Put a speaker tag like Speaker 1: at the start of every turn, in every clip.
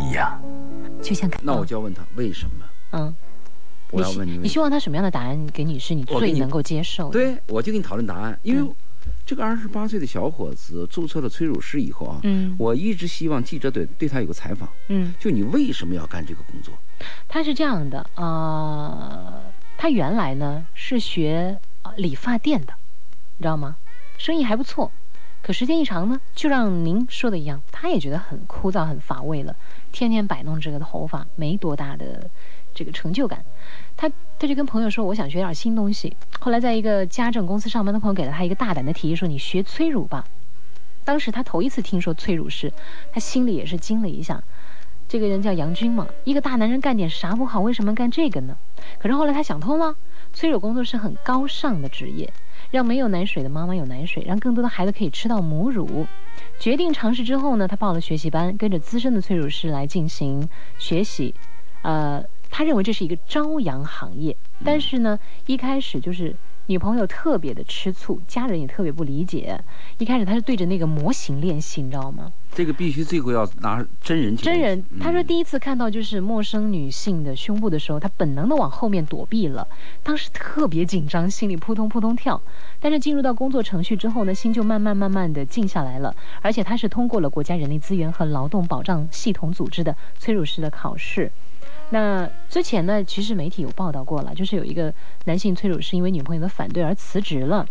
Speaker 1: 一样。
Speaker 2: 就像
Speaker 3: 那我就要问他为什么？
Speaker 2: 嗯，
Speaker 3: 我要
Speaker 2: 希
Speaker 3: 问你为
Speaker 2: 你希望他什么样的答案给你是你
Speaker 3: 我
Speaker 2: 最
Speaker 3: 给你
Speaker 2: 能够接受的？，
Speaker 3: 对，我就跟你讨论答案，因为
Speaker 2: 哦嗯
Speaker 3: 这个二十八岁的小伙子注册了催乳师以后啊，
Speaker 2: 嗯
Speaker 3: 我一直希望记者对对他有个采访，
Speaker 2: 嗯，
Speaker 3: 就你为什么要干这个工作？
Speaker 2: 他是这样的，呃，他原来呢是学呃理发店的，你知道吗？生意还不错，可时间一长呢，就让您说的一样，他也觉得很枯燥、很乏味了，天天摆弄这个头发，没多大的这个成就感。他他就跟朋友说，我想学点新东西。后来在一个家政公司上班的朋友给了他一个大胆的提议，说你学催乳吧。当时他头一次听说催乳师，他心里也是惊了一下。这个人叫杨军嘛，一个大男人干点啥不好，为什么干这个呢？可是后来他想通了，催乳工作是很高尚的职业，让没有奶水的妈妈有奶水，让更多的孩子可以吃到母乳。决定尝试之后呢，他报了学习班，跟着资深的催乳师来进行学习。呃，他认为这是一个朝阳行业，但是呢，一开始就是女朋友特别的吃醋，家人也特别不理解。一开始他是对着那个模型练习，你知道吗？
Speaker 3: 这个必须最后要拿真人去
Speaker 2: 真人，他说
Speaker 3: 嗯
Speaker 2: 第一次看到就是陌生女性的胸部的时候，他本能的往后面躲避了，当时特别紧张，心里扑通扑通跳。但是进入到工作程序之后呢，心就慢慢慢慢的静下来了，而且他是通过了国家人力资源和劳动保障系统组织的催乳师的考试。那之前呢，其实媒体有报道过了，就是有一个男性催乳师因为女朋友的反对而辞职了。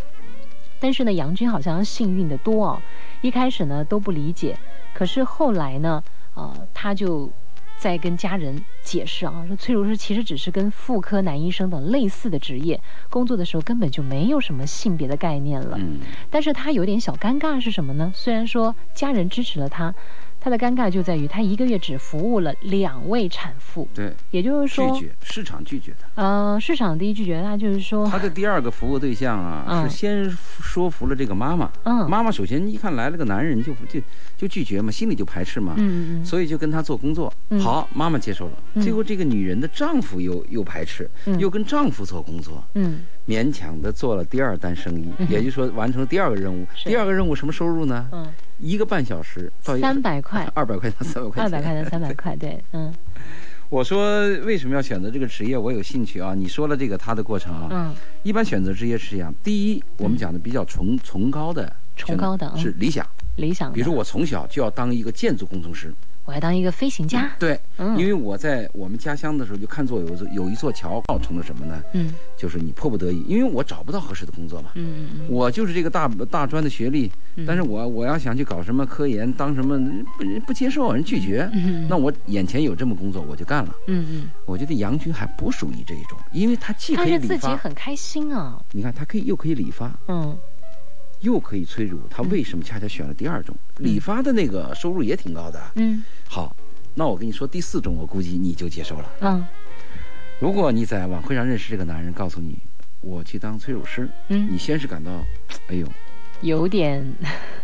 Speaker 2: 但是呢，杨军好像幸运的多哦，一开始呢都不理解，可是后来呢，呃，他就在跟家人解释啊，说催乳师其实只是跟妇科男医生等类似的职业，工作的时候根本就没有什么性别的概念了。
Speaker 3: 嗯，
Speaker 2: 但是他有点小尴尬是什么呢？虽然说家人支持了他，他的尴尬就在于他一个月只服务了两位产妇，
Speaker 3: 对，
Speaker 2: 也就是说，
Speaker 3: 拒绝市场拒绝他。
Speaker 2: 呃，市场第一拒绝他就是说
Speaker 3: 他，的第二个服务对象啊，
Speaker 2: 哦嗯
Speaker 3: 是先说服了这个妈妈。
Speaker 2: 嗯
Speaker 3: 妈妈首先一看来了个男人就不就就拒绝嘛，心里就排斥嘛，
Speaker 2: 嗯嗯
Speaker 3: 所以就跟他做工作。
Speaker 2: 嗯
Speaker 3: 好，妈妈接受了。
Speaker 2: 嗯
Speaker 3: 最后这个女人的丈夫又又排斥，
Speaker 2: 嗯
Speaker 3: 又跟丈夫做工作，
Speaker 2: 嗯
Speaker 3: 勉强的做了第二单生意，
Speaker 2: 嗯哼
Speaker 3: 也就是说完成了第二个任务。
Speaker 2: 是
Speaker 3: 第二个任务什么收入呢？
Speaker 2: 嗯
Speaker 3: 一个半小时到，
Speaker 2: 嗯，三百块
Speaker 3: 二百块到三百块
Speaker 2: 二
Speaker 3: 钱。
Speaker 2: 百块到三百块，对，嗯
Speaker 3: 我说为什么要选择这个职业？我有兴趣啊。你说了这个他的过程啊，
Speaker 2: 嗯
Speaker 3: 一般选择职业是这样：第一，我们讲的比较崇崇高的，
Speaker 2: 崇高的嗯
Speaker 3: 是理想。
Speaker 2: 理想的。
Speaker 3: 比如说我从小就要当一个建筑工程师，
Speaker 2: 我要当一个飞行家，
Speaker 3: 对，
Speaker 2: 嗯，
Speaker 3: 因为我在我们家乡的时候就看作有一座有一座桥，造成了什么呢？
Speaker 2: 嗯
Speaker 3: 就是你迫不得已，因为我找不到合适的工作嘛。
Speaker 2: 嗯嗯
Speaker 3: 我就是这个大大专的学历，
Speaker 2: 嗯
Speaker 3: 但是我我要想去搞什么科研，当什么不不接受，人拒绝。
Speaker 2: 嗯
Speaker 3: 那我眼前有这么工作，我就干了。
Speaker 2: 嗯
Speaker 3: 我觉得杨军还不属于这一种，因为他既
Speaker 2: 嗯，
Speaker 3: 可
Speaker 2: 但
Speaker 3: 以
Speaker 2: 是
Speaker 3: 理
Speaker 2: 自己
Speaker 3: 发，
Speaker 2: 很开心啊，
Speaker 3: 你看他可以又可以理发，
Speaker 2: 嗯
Speaker 3: 又可以催乳，他为什么恰恰选了第二种？理发的那个收入也挺高的。
Speaker 2: 嗯
Speaker 3: 好，那我跟你说第四种，我估计你就接受了。
Speaker 2: 嗯
Speaker 3: 如果你在晚会上认识这个男人，告诉你我去当催乳师，你
Speaker 2: 嗯，
Speaker 3: 先是感到，哎呦，
Speaker 2: 有点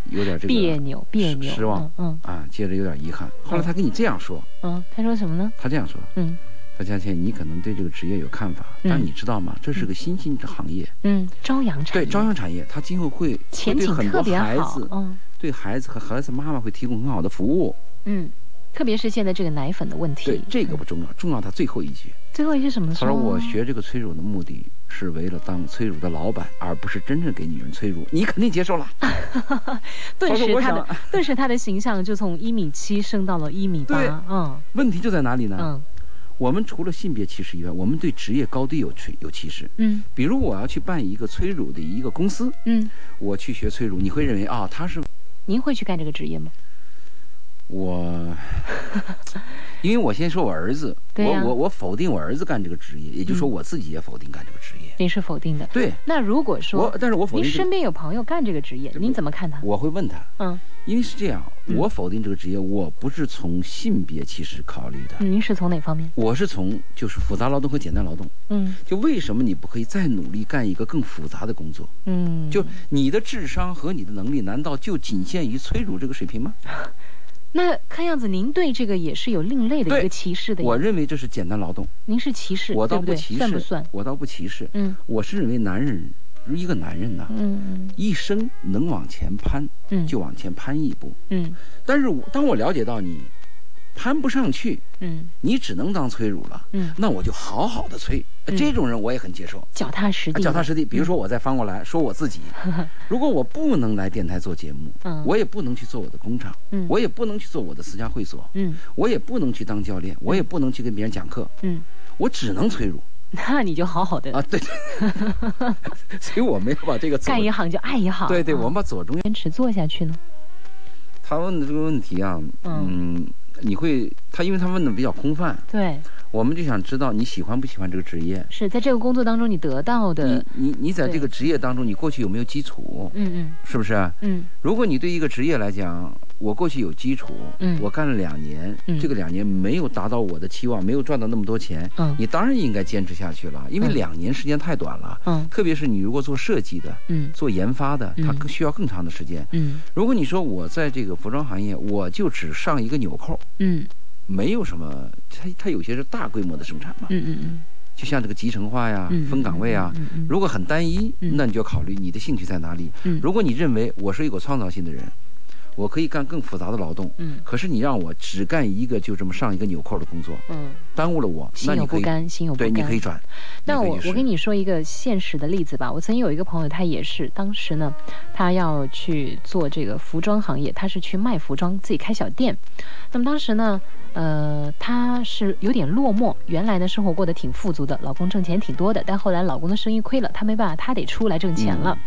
Speaker 3: 有点这个
Speaker 2: 别扭别
Speaker 3: 失
Speaker 2: 扭，
Speaker 3: 失望
Speaker 2: 嗯
Speaker 3: 啊，接着有点遗憾。后来他跟你这样说，
Speaker 2: 嗯嗯，他说什么呢？
Speaker 3: 他这样说，
Speaker 2: 嗯
Speaker 3: 他佳倩，你可能对这个职业有看法，
Speaker 2: 嗯
Speaker 3: 但你知道吗？这是个新兴的行业，
Speaker 2: 嗯，朝阳产
Speaker 3: 对
Speaker 2: 业
Speaker 3: 朝阳产业，它今后会会
Speaker 2: 前
Speaker 3: 对
Speaker 2: 景
Speaker 3: 很
Speaker 2: 特
Speaker 3: 多
Speaker 2: 别
Speaker 3: 孩
Speaker 2: 好
Speaker 3: 子，，
Speaker 2: 嗯
Speaker 3: 对孩子和孩子妈妈会提供很好的服务。
Speaker 2: 嗯，特别是现在这个奶粉的问题，
Speaker 3: 对，这个不重要，重要他最后一句，
Speaker 2: 最后一句什么
Speaker 3: 他
Speaker 2: 说？啊
Speaker 3: 说我学这个催乳的目的是为了当催乳的老板，而不是真正给女人催乳。你肯定接受了，
Speaker 2: 嗯顿
Speaker 3: 他
Speaker 2: 时
Speaker 3: 说我
Speaker 2: 他
Speaker 3: 想
Speaker 2: 的 顿时他的形象就从一米七升到了一米八
Speaker 3: 对，
Speaker 2: 嗯
Speaker 3: 问题就在哪里呢？
Speaker 2: 嗯
Speaker 3: 我们除了性别歧视以外，我们对职业高低有歧有歧视。
Speaker 2: 嗯
Speaker 3: 比如我要去办一个催乳的一个公司，
Speaker 2: 嗯，
Speaker 3: 我去学催乳，你会认为啊，他是
Speaker 2: 您会去干这个职业吗？
Speaker 3: 我，因为我先说我儿子，
Speaker 2: 对呀嗯
Speaker 3: 我我我否定我儿子干这个职业，也就是说我自己也否定干这个职业。
Speaker 2: 您是否定的。
Speaker 3: 对，
Speaker 2: 那如果说
Speaker 3: 我但是我否
Speaker 2: 您
Speaker 3: 定这
Speaker 2: 身
Speaker 3: 个，
Speaker 2: 边有朋友干这个职业，
Speaker 3: 不
Speaker 2: 您怎么看他？
Speaker 3: 我会问他，
Speaker 2: 嗯，
Speaker 3: 因为是这样，
Speaker 2: 嗯
Speaker 3: 我否定这个职业，我不是从性别歧视考虑的，
Speaker 2: 您是从哪方面？
Speaker 3: 我是从就是复杂劳动和简单劳动，
Speaker 2: 嗯
Speaker 3: 就为什么你不可以再努力干一个更复杂的工作？
Speaker 2: 嗯，
Speaker 3: 就你的智商和你的能力，难道就仅限于催乳这个水平吗？
Speaker 2: 那看样子您对这个也是有另类的
Speaker 3: 对
Speaker 2: 一个歧视的呀。
Speaker 3: 我认为这是简单劳动，
Speaker 2: 您是歧视，
Speaker 3: 我
Speaker 2: 对
Speaker 3: 倒
Speaker 2: 不对？
Speaker 3: 歧视，
Speaker 2: 算不算？
Speaker 3: 我倒不歧视，
Speaker 2: 嗯
Speaker 3: 我是认为男人，一个男人呐、
Speaker 2: 嗯
Speaker 3: 一生能往前攀
Speaker 2: 嗯嗯，
Speaker 3: 就往前攀一步。
Speaker 2: 嗯
Speaker 3: 但是我当我了解到你，攀不上去，
Speaker 2: 嗯
Speaker 3: 你只能当催乳了。
Speaker 2: 嗯，
Speaker 3: 那我就好好的催，呃
Speaker 2: 嗯
Speaker 3: 这种人我也很接受，啊
Speaker 2: 脚踏实地，
Speaker 3: 脚踏实地。比如说，我再翻过来说我 自己，
Speaker 2: 地，
Speaker 3: 如果我不能来电台做节目，
Speaker 2: 嗯，
Speaker 3: 我也不能去做我的工厂，
Speaker 2: 嗯
Speaker 3: 我也不能去做我的私家会所，
Speaker 2: 嗯
Speaker 3: 我也不能去当教练，我也不能去跟别人讲课，
Speaker 2: 嗯，
Speaker 3: 我只能催乳
Speaker 2: 那你就好好的
Speaker 3: 啊。对， 所以我没有把这个左
Speaker 2: 干一行就爱一行，
Speaker 3: 对对，
Speaker 2: 啊
Speaker 3: 我们把左中
Speaker 2: 坚持做下去呢，
Speaker 3: 他问的这个问题啊，嗯，你会他因为他问的比较空泛，
Speaker 2: 对，
Speaker 3: 我们就想知道你喜欢不喜欢这个职业。
Speaker 2: 是在这个工作当中你得到的，
Speaker 3: 你你你在这个
Speaker 2: 对
Speaker 3: 职业当中，你过去有没有基础？
Speaker 2: 嗯
Speaker 3: 是不啊是？
Speaker 2: 嗯
Speaker 3: 如果你对一个职业来讲，我过去有基础，
Speaker 2: 嗯
Speaker 3: 我干了两年，
Speaker 2: 嗯
Speaker 3: 这个两年没有达到我的期望，没有赚到那么多钱，
Speaker 2: 嗯
Speaker 3: 你当然应该坚持下去了，因为
Speaker 2: 嗯
Speaker 3: 两年时间太短了。
Speaker 2: 嗯
Speaker 3: 特别是你如果做设计的、
Speaker 2: 嗯
Speaker 3: 做研发的，它
Speaker 2: 嗯
Speaker 3: 更需要更长的时间。
Speaker 2: 嗯
Speaker 3: 如果你说我在这个服装行业，我就只上一个纽扣，
Speaker 2: 嗯
Speaker 3: 没有什么，它它有些是大规模的生产嘛，
Speaker 2: 嗯嗯
Speaker 3: 就像这个集成化呀、
Speaker 2: 嗯，
Speaker 3: 分岗位啊。
Speaker 2: 嗯，嗯
Speaker 3: 如果很单一，
Speaker 2: 嗯
Speaker 3: 那你就要考虑你的兴趣在哪里。
Speaker 2: 嗯
Speaker 3: 如果你认为我是一个有创造性的人，我可以干更复杂的劳动，
Speaker 2: 嗯
Speaker 3: 可是你让我只干一个就这么上一个纽扣的工作，
Speaker 2: 嗯，
Speaker 3: 耽误了我，那
Speaker 2: 心
Speaker 3: 你
Speaker 2: 有不
Speaker 3: 可以
Speaker 2: 甘，心有不
Speaker 3: 对，
Speaker 2: 甘，
Speaker 3: 你可以转。
Speaker 2: 那
Speaker 3: 你可以
Speaker 2: 我
Speaker 3: 去试
Speaker 2: 我跟你说一个现实的例子吧。我曾经有一个朋友，他也是当时呢，他要去做这个服装行业，他是去卖服装，自己开小店。那么当时呢，呃，他是有点落寞，原来呢生活过得挺富足的，老公挣钱挺多的，但后来老公的生意亏了，他没办法，他得出来挣钱了。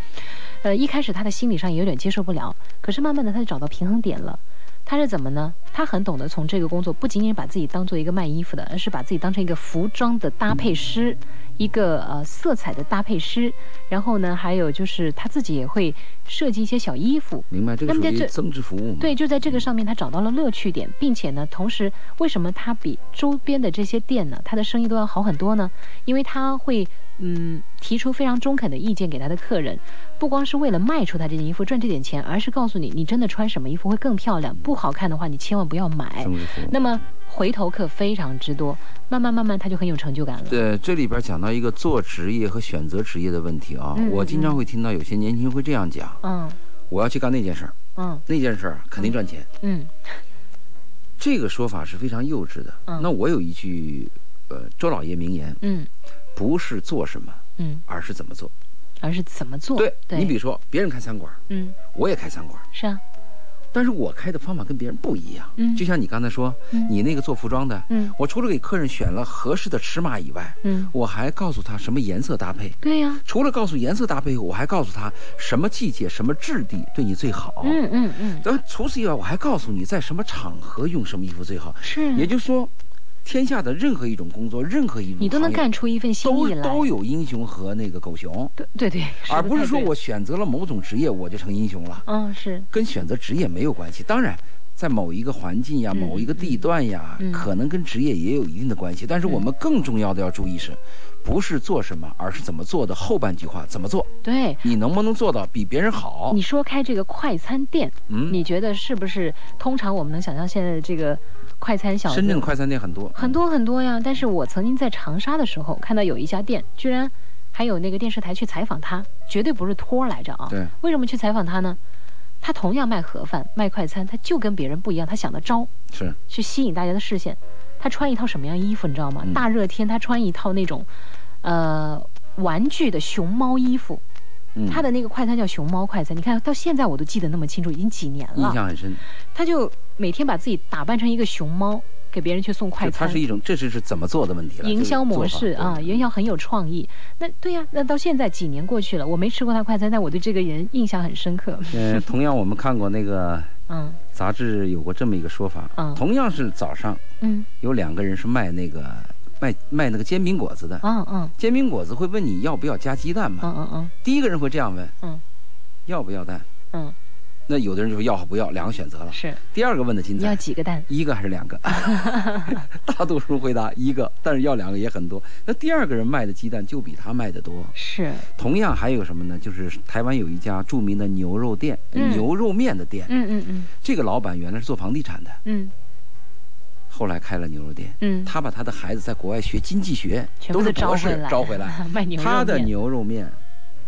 Speaker 2: 呃，一开始他的心理上也有点接受不了，可是慢慢的他就找到平衡点了。他是怎么呢？他很懂得从这个工作不仅仅把自己当做一个卖衣服的，而是把自己当成一个服装的搭配师，一个呃色彩的搭配师。然后呢，还有就是他自己也会设计一些小衣服。
Speaker 3: 明白，这个
Speaker 2: 那
Speaker 3: 属
Speaker 2: 么在
Speaker 3: 于
Speaker 2: 这
Speaker 3: 增值服务嘛？
Speaker 2: 对，就在这个上面，他找到了乐趣点，并且呢，同时为什么他比周边的这些店呢，他的生意都要好很多呢？因为他会嗯提出非常中肯的意见给他的客人，不光是为了卖出他这件衣服赚这点钱，而是告诉你，你真的穿什么衣服会更漂亮，不好看的话你千万不要买。
Speaker 3: 增值服务。
Speaker 2: 那么回头客非常之多，慢慢慢慢他就很有成就感了。
Speaker 3: 呃，这里边讲到一个做职业和选择职业的问题啊，
Speaker 2: 嗯
Speaker 3: 我经常
Speaker 2: 嗯
Speaker 3: 会听到有些年轻人会这样讲：
Speaker 2: 嗯
Speaker 3: 我要去干那件事儿，
Speaker 2: 嗯
Speaker 3: 那件事儿啊肯定赚钱。
Speaker 2: 嗯
Speaker 3: 这个说法是非常幼稚的。
Speaker 2: 嗯
Speaker 3: 那我有一句，呃，周老爷名言，
Speaker 2: 嗯
Speaker 3: 不是做什么，
Speaker 2: 嗯，
Speaker 3: 而是怎么做。
Speaker 2: 而是怎么做？
Speaker 3: 对
Speaker 2: 对，
Speaker 3: 你比如说，别人开餐馆，
Speaker 2: 嗯
Speaker 3: 我也开餐馆，
Speaker 2: 是啊
Speaker 3: 但是我开的方法跟别人不一样。
Speaker 2: 嗯
Speaker 3: 就像你刚才说，
Speaker 2: 嗯
Speaker 3: 你那个做服装的，
Speaker 2: 嗯
Speaker 3: 我除了给客人选了合适的尺码以外，
Speaker 2: 嗯
Speaker 3: 我还告诉他什么颜色搭配。
Speaker 2: 对呀、
Speaker 3: 除了告诉颜色搭配，我还告诉他什么季节、什么质地对你最好。
Speaker 2: 嗯嗯嗯，
Speaker 3: 但除此以外，我还告诉你在什么场合用什么衣服最好。
Speaker 2: 是啊，
Speaker 3: 也就是说，天下的任何一种工作，任何一种
Speaker 2: 你都能
Speaker 3: 行业
Speaker 2: 干出一份心
Speaker 3: 都
Speaker 2: 意来，
Speaker 3: 都有英雄和那个狗熊，
Speaker 2: 对对对，
Speaker 3: 而
Speaker 2: 得
Speaker 3: 不是
Speaker 2: 太
Speaker 3: 说
Speaker 2: 对了
Speaker 3: 我选择了某种职业我就成英雄了，
Speaker 2: 嗯是
Speaker 3: 跟选择职业没有关系。当然。在某一个环境呀，
Speaker 2: 嗯
Speaker 3: 某一个地段呀，
Speaker 2: 嗯
Speaker 3: 可能跟职业也有一定的关系。但是我们更重要的要注意是，不是做什么，而是怎么做的后半句话怎么做。
Speaker 2: 对。
Speaker 3: 你能不能做到比别人好？
Speaker 2: 你说开这个快餐店，
Speaker 3: 哦嗯，
Speaker 2: 你觉得是不是？通常我们能想象现在的这个快餐小
Speaker 3: 深圳
Speaker 2: 子
Speaker 3: 的快餐店很多，
Speaker 2: 很多很多呀。但是我曾经在长沙的时候看到有一家店，居然还有那个电视台去采访他，绝对不是托儿来着啊。
Speaker 3: 对，
Speaker 2: 为什么去采访他呢？他同样卖盒饭、卖快餐，他就跟别人不一样，他想的招
Speaker 3: 是
Speaker 2: 去吸引大家的视线。他穿一套什么样衣服，你知道吗？
Speaker 3: 嗯
Speaker 2: 大热天他穿一套那种，呃，玩具的熊猫衣服。
Speaker 3: 嗯
Speaker 2: 他的那个快餐叫熊猫快餐，你看到现在我都记得那么清楚，已经几年
Speaker 3: 印
Speaker 2: 了。
Speaker 3: 象很深。
Speaker 2: 他就每天把自己打扮成一个熊猫，给别人去送快
Speaker 3: 就它
Speaker 2: 餐
Speaker 3: 是。一啊种，这是是怎么做的问题了。
Speaker 2: 营销模式啊，营
Speaker 3: 销
Speaker 2: 销很有创意。那对呀、那到现在几年过去了，我没吃过他快餐，但我对这个人印象很深刻。
Speaker 3: 呃，同样我们看过那个
Speaker 2: 嗯
Speaker 3: 杂志有过这么一个说法，
Speaker 2: 嗯
Speaker 3: 同样是早上
Speaker 2: 嗯
Speaker 3: 有两个人是卖那个卖卖那个煎饼果子的，
Speaker 2: 嗯嗯
Speaker 3: 煎饼果子会问你要不要加鸡蛋嘛？
Speaker 2: 嗯嗯嗯
Speaker 3: 第一个人会这样问，
Speaker 2: 嗯，
Speaker 3: 要不要蛋？
Speaker 2: 嗯，
Speaker 3: 那有的人就说要和不要，两个选择了。
Speaker 2: 是
Speaker 3: 第二个问的精
Speaker 2: 你要
Speaker 3: 彩，
Speaker 2: 几个蛋？
Speaker 3: 一个还是两 个？大多数回答一个，但是要两个也很多。那第二个人卖的鸡蛋就比他卖的多。
Speaker 2: 是
Speaker 3: 同样还有什么呢？就是台湾有一家著名的牛肉店、
Speaker 2: 嗯
Speaker 3: 牛肉面的店，
Speaker 2: 嗯嗯嗯
Speaker 3: 这个老板原来是做房地产的，
Speaker 2: 嗯
Speaker 3: 后来开了牛肉店。
Speaker 2: 嗯，
Speaker 3: 他把他的孩子在国外学经济学，
Speaker 2: 全部
Speaker 3: 都是
Speaker 2: 招
Speaker 3: 博
Speaker 2: 回
Speaker 3: 士
Speaker 2: 来，
Speaker 3: 招回来。
Speaker 2: 卖 牛肉面。
Speaker 3: 他的牛肉面，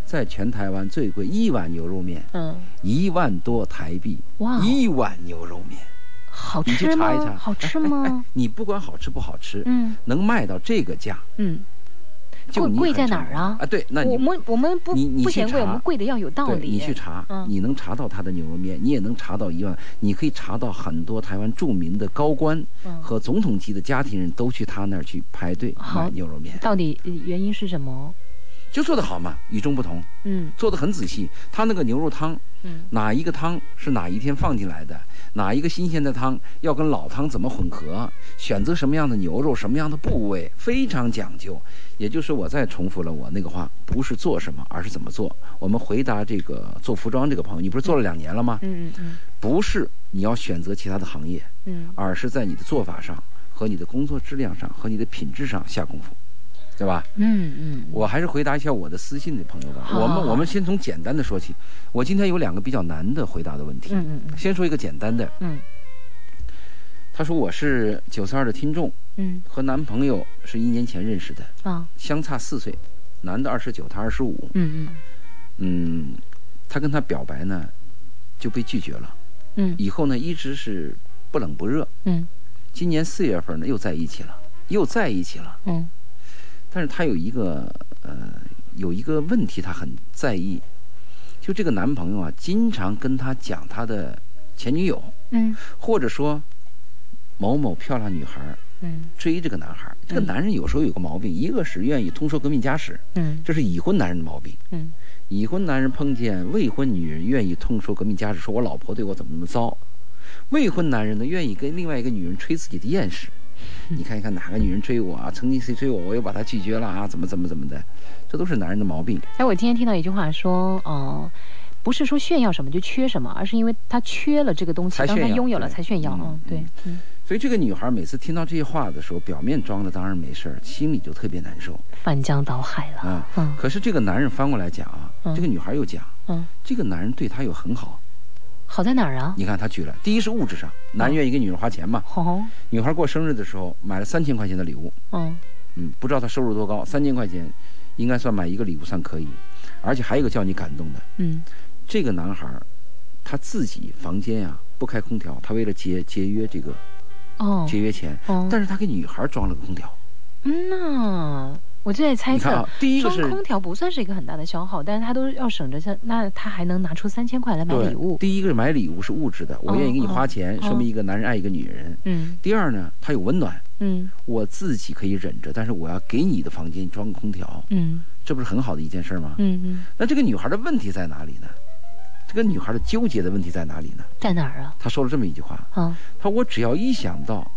Speaker 3: 在全台湾最贵，一碗牛肉面
Speaker 2: 嗯
Speaker 3: 一万多台币，
Speaker 2: 哇哦
Speaker 3: 一碗牛肉面。
Speaker 2: 好
Speaker 3: 你去
Speaker 2: 吃吗？
Speaker 3: 查一查
Speaker 2: 好吃
Speaker 3: 哎
Speaker 2: 吗
Speaker 3: 哎？你不管好吃不好吃，
Speaker 2: 嗯
Speaker 3: 能卖到这个价，
Speaker 2: 嗯，
Speaker 3: 就
Speaker 2: 贵
Speaker 3: 你
Speaker 2: 贵
Speaker 3: 很
Speaker 2: 在
Speaker 3: 成
Speaker 2: 哪儿
Speaker 3: 功
Speaker 2: 啊
Speaker 3: 啊，对，那你
Speaker 2: 我们我们不
Speaker 3: 你你
Speaker 2: 不
Speaker 3: 去
Speaker 2: 嫌贵，我
Speaker 3: 查
Speaker 2: 们贵的要有道
Speaker 3: 对
Speaker 2: 理。
Speaker 3: 你去查，
Speaker 2: 嗯
Speaker 3: 你能查到他的牛肉面，你也能查到一万，你可以查到很多台湾著名的高官
Speaker 2: 嗯
Speaker 3: 和总统级的家庭人都去他那儿去排队
Speaker 2: 好
Speaker 3: 买牛肉面，
Speaker 2: 到底呃原因是什么？
Speaker 3: 就做得好嘛，与众不同，
Speaker 2: 嗯
Speaker 3: 做得很仔细。他那个牛肉汤，
Speaker 2: 嗯
Speaker 3: 哪一个汤是哪一天放进来的，哪一个新鲜的汤要跟老汤怎么混合，选择什么样的牛肉，什么样的部位，非常讲究。也就是我再重复了我那个话，不是做什么，而是怎么做。我们回答这个做服装这个朋友，你不是做了两年了吗？
Speaker 2: 嗯嗯嗯
Speaker 3: 不是你要选择其他的行业，
Speaker 2: 嗯，
Speaker 3: 而是在你的做法上和你的工作质量上和你的品质上下功夫，对吧？
Speaker 2: 嗯嗯，
Speaker 3: 我还是回答一下我的私信的朋友吧。
Speaker 2: 好
Speaker 3: 我
Speaker 2: 好
Speaker 3: 们
Speaker 2: 好
Speaker 3: 我们先从简单的说起。我今天有两个比较难的回答的问题，
Speaker 2: 嗯嗯嗯
Speaker 3: 先说一个简单的。
Speaker 2: 嗯
Speaker 3: 他说我是九四二的听众，
Speaker 2: 嗯
Speaker 3: 和男朋友是一年前认识的，
Speaker 2: 啊
Speaker 3: 相差四岁，男的二十九，他二十五。
Speaker 2: 嗯嗯
Speaker 3: 嗯，他跟他表白呢，就被拒绝了。
Speaker 2: 嗯
Speaker 3: 以后呢，一直是不冷不热。
Speaker 2: 嗯
Speaker 3: 今年四月份呢，又在一起了，又在一起了。
Speaker 2: 嗯
Speaker 3: 但是她有一个呃，有一个问题，她很在意，就这个男朋友啊，经常跟她讲她的前女友，
Speaker 2: 嗯
Speaker 3: 或者说某某漂亮女孩
Speaker 2: 嗯
Speaker 3: 追这个男孩。这个
Speaker 2: 嗯
Speaker 3: 男人有时候有个毛病，一个是愿意通说革命家史，
Speaker 2: 嗯
Speaker 3: 这是已婚男人的毛病。
Speaker 2: 嗯
Speaker 3: 已婚男人碰见未婚女人，愿意痛说革命家史，说我老婆对我怎么怎么糟；未婚男人呢，愿意跟另外一个女人吹自己的艳史。你看一看哪个女人追我啊？曾经谁追我，我又把她拒绝了啊？怎么怎么怎么的？这都是男人的毛病。
Speaker 2: 哎，我今天听到一句话说，哦、不是说炫耀什么就缺什么，而是因为他缺了这个东西，
Speaker 3: 才
Speaker 2: 当他
Speaker 3: 炫耀
Speaker 2: 拥有了
Speaker 3: 对
Speaker 2: 才炫耀。嗯
Speaker 3: 嗯，
Speaker 2: 对，嗯，
Speaker 3: 所以这个女孩每次听到这些话的时候，表面装的当然没事儿，心里就特别难受
Speaker 2: 翻江倒海了。
Speaker 3: 啊。
Speaker 2: 嗯
Speaker 3: 可是这个男人翻过来讲啊，
Speaker 2: 嗯
Speaker 3: 这个女孩又讲，
Speaker 2: 嗯，
Speaker 3: 这个男人对她又很好。
Speaker 2: 好在哪儿啊？
Speaker 3: 你看他举了，第一是物质上，男人愿意给女人花钱嘛。
Speaker 2: 哦，
Speaker 3: 女孩过生日的时候买了三千块钱的礼物，
Speaker 2: 嗯
Speaker 3: 嗯，不知道他收入多高，三千块钱，应该算买一个礼物算可以。而且还有一个叫你感动的，
Speaker 2: 嗯
Speaker 3: 这个男孩儿，他自己房间呀、不开空调，他为了节节约这个
Speaker 2: 哦
Speaker 3: 节约钱，
Speaker 2: 哦，
Speaker 3: 但是他给女孩儿装了个空调。
Speaker 2: 嗯呐、我就在猜
Speaker 3: 你看
Speaker 2: 测
Speaker 3: 啊。，第一个
Speaker 2: 哎装
Speaker 3: 是
Speaker 2: 空调不算是一个很大的消耗，但是他都要省着像，那他还能拿出三千块来买
Speaker 3: 对
Speaker 2: 礼物。
Speaker 3: 第一个是买礼物是物质的，我愿意给你花钱，
Speaker 2: 哦
Speaker 3: 说明一个男人爱一个女人。
Speaker 2: 嗯
Speaker 3: 第二呢，他有温暖，
Speaker 2: 嗯
Speaker 3: 我自己可以忍着，但是我要给你的房间装空调，
Speaker 2: 嗯
Speaker 3: 这不是很好的一件事儿吗？
Speaker 2: 嗯嗯，
Speaker 3: 那这个女孩的问题在哪里呢？这个女孩的纠结的问题在哪里呢？
Speaker 2: 在哪儿啊？
Speaker 3: 她说了这么一句话，
Speaker 2: 啊，
Speaker 3: 她说我只要一想到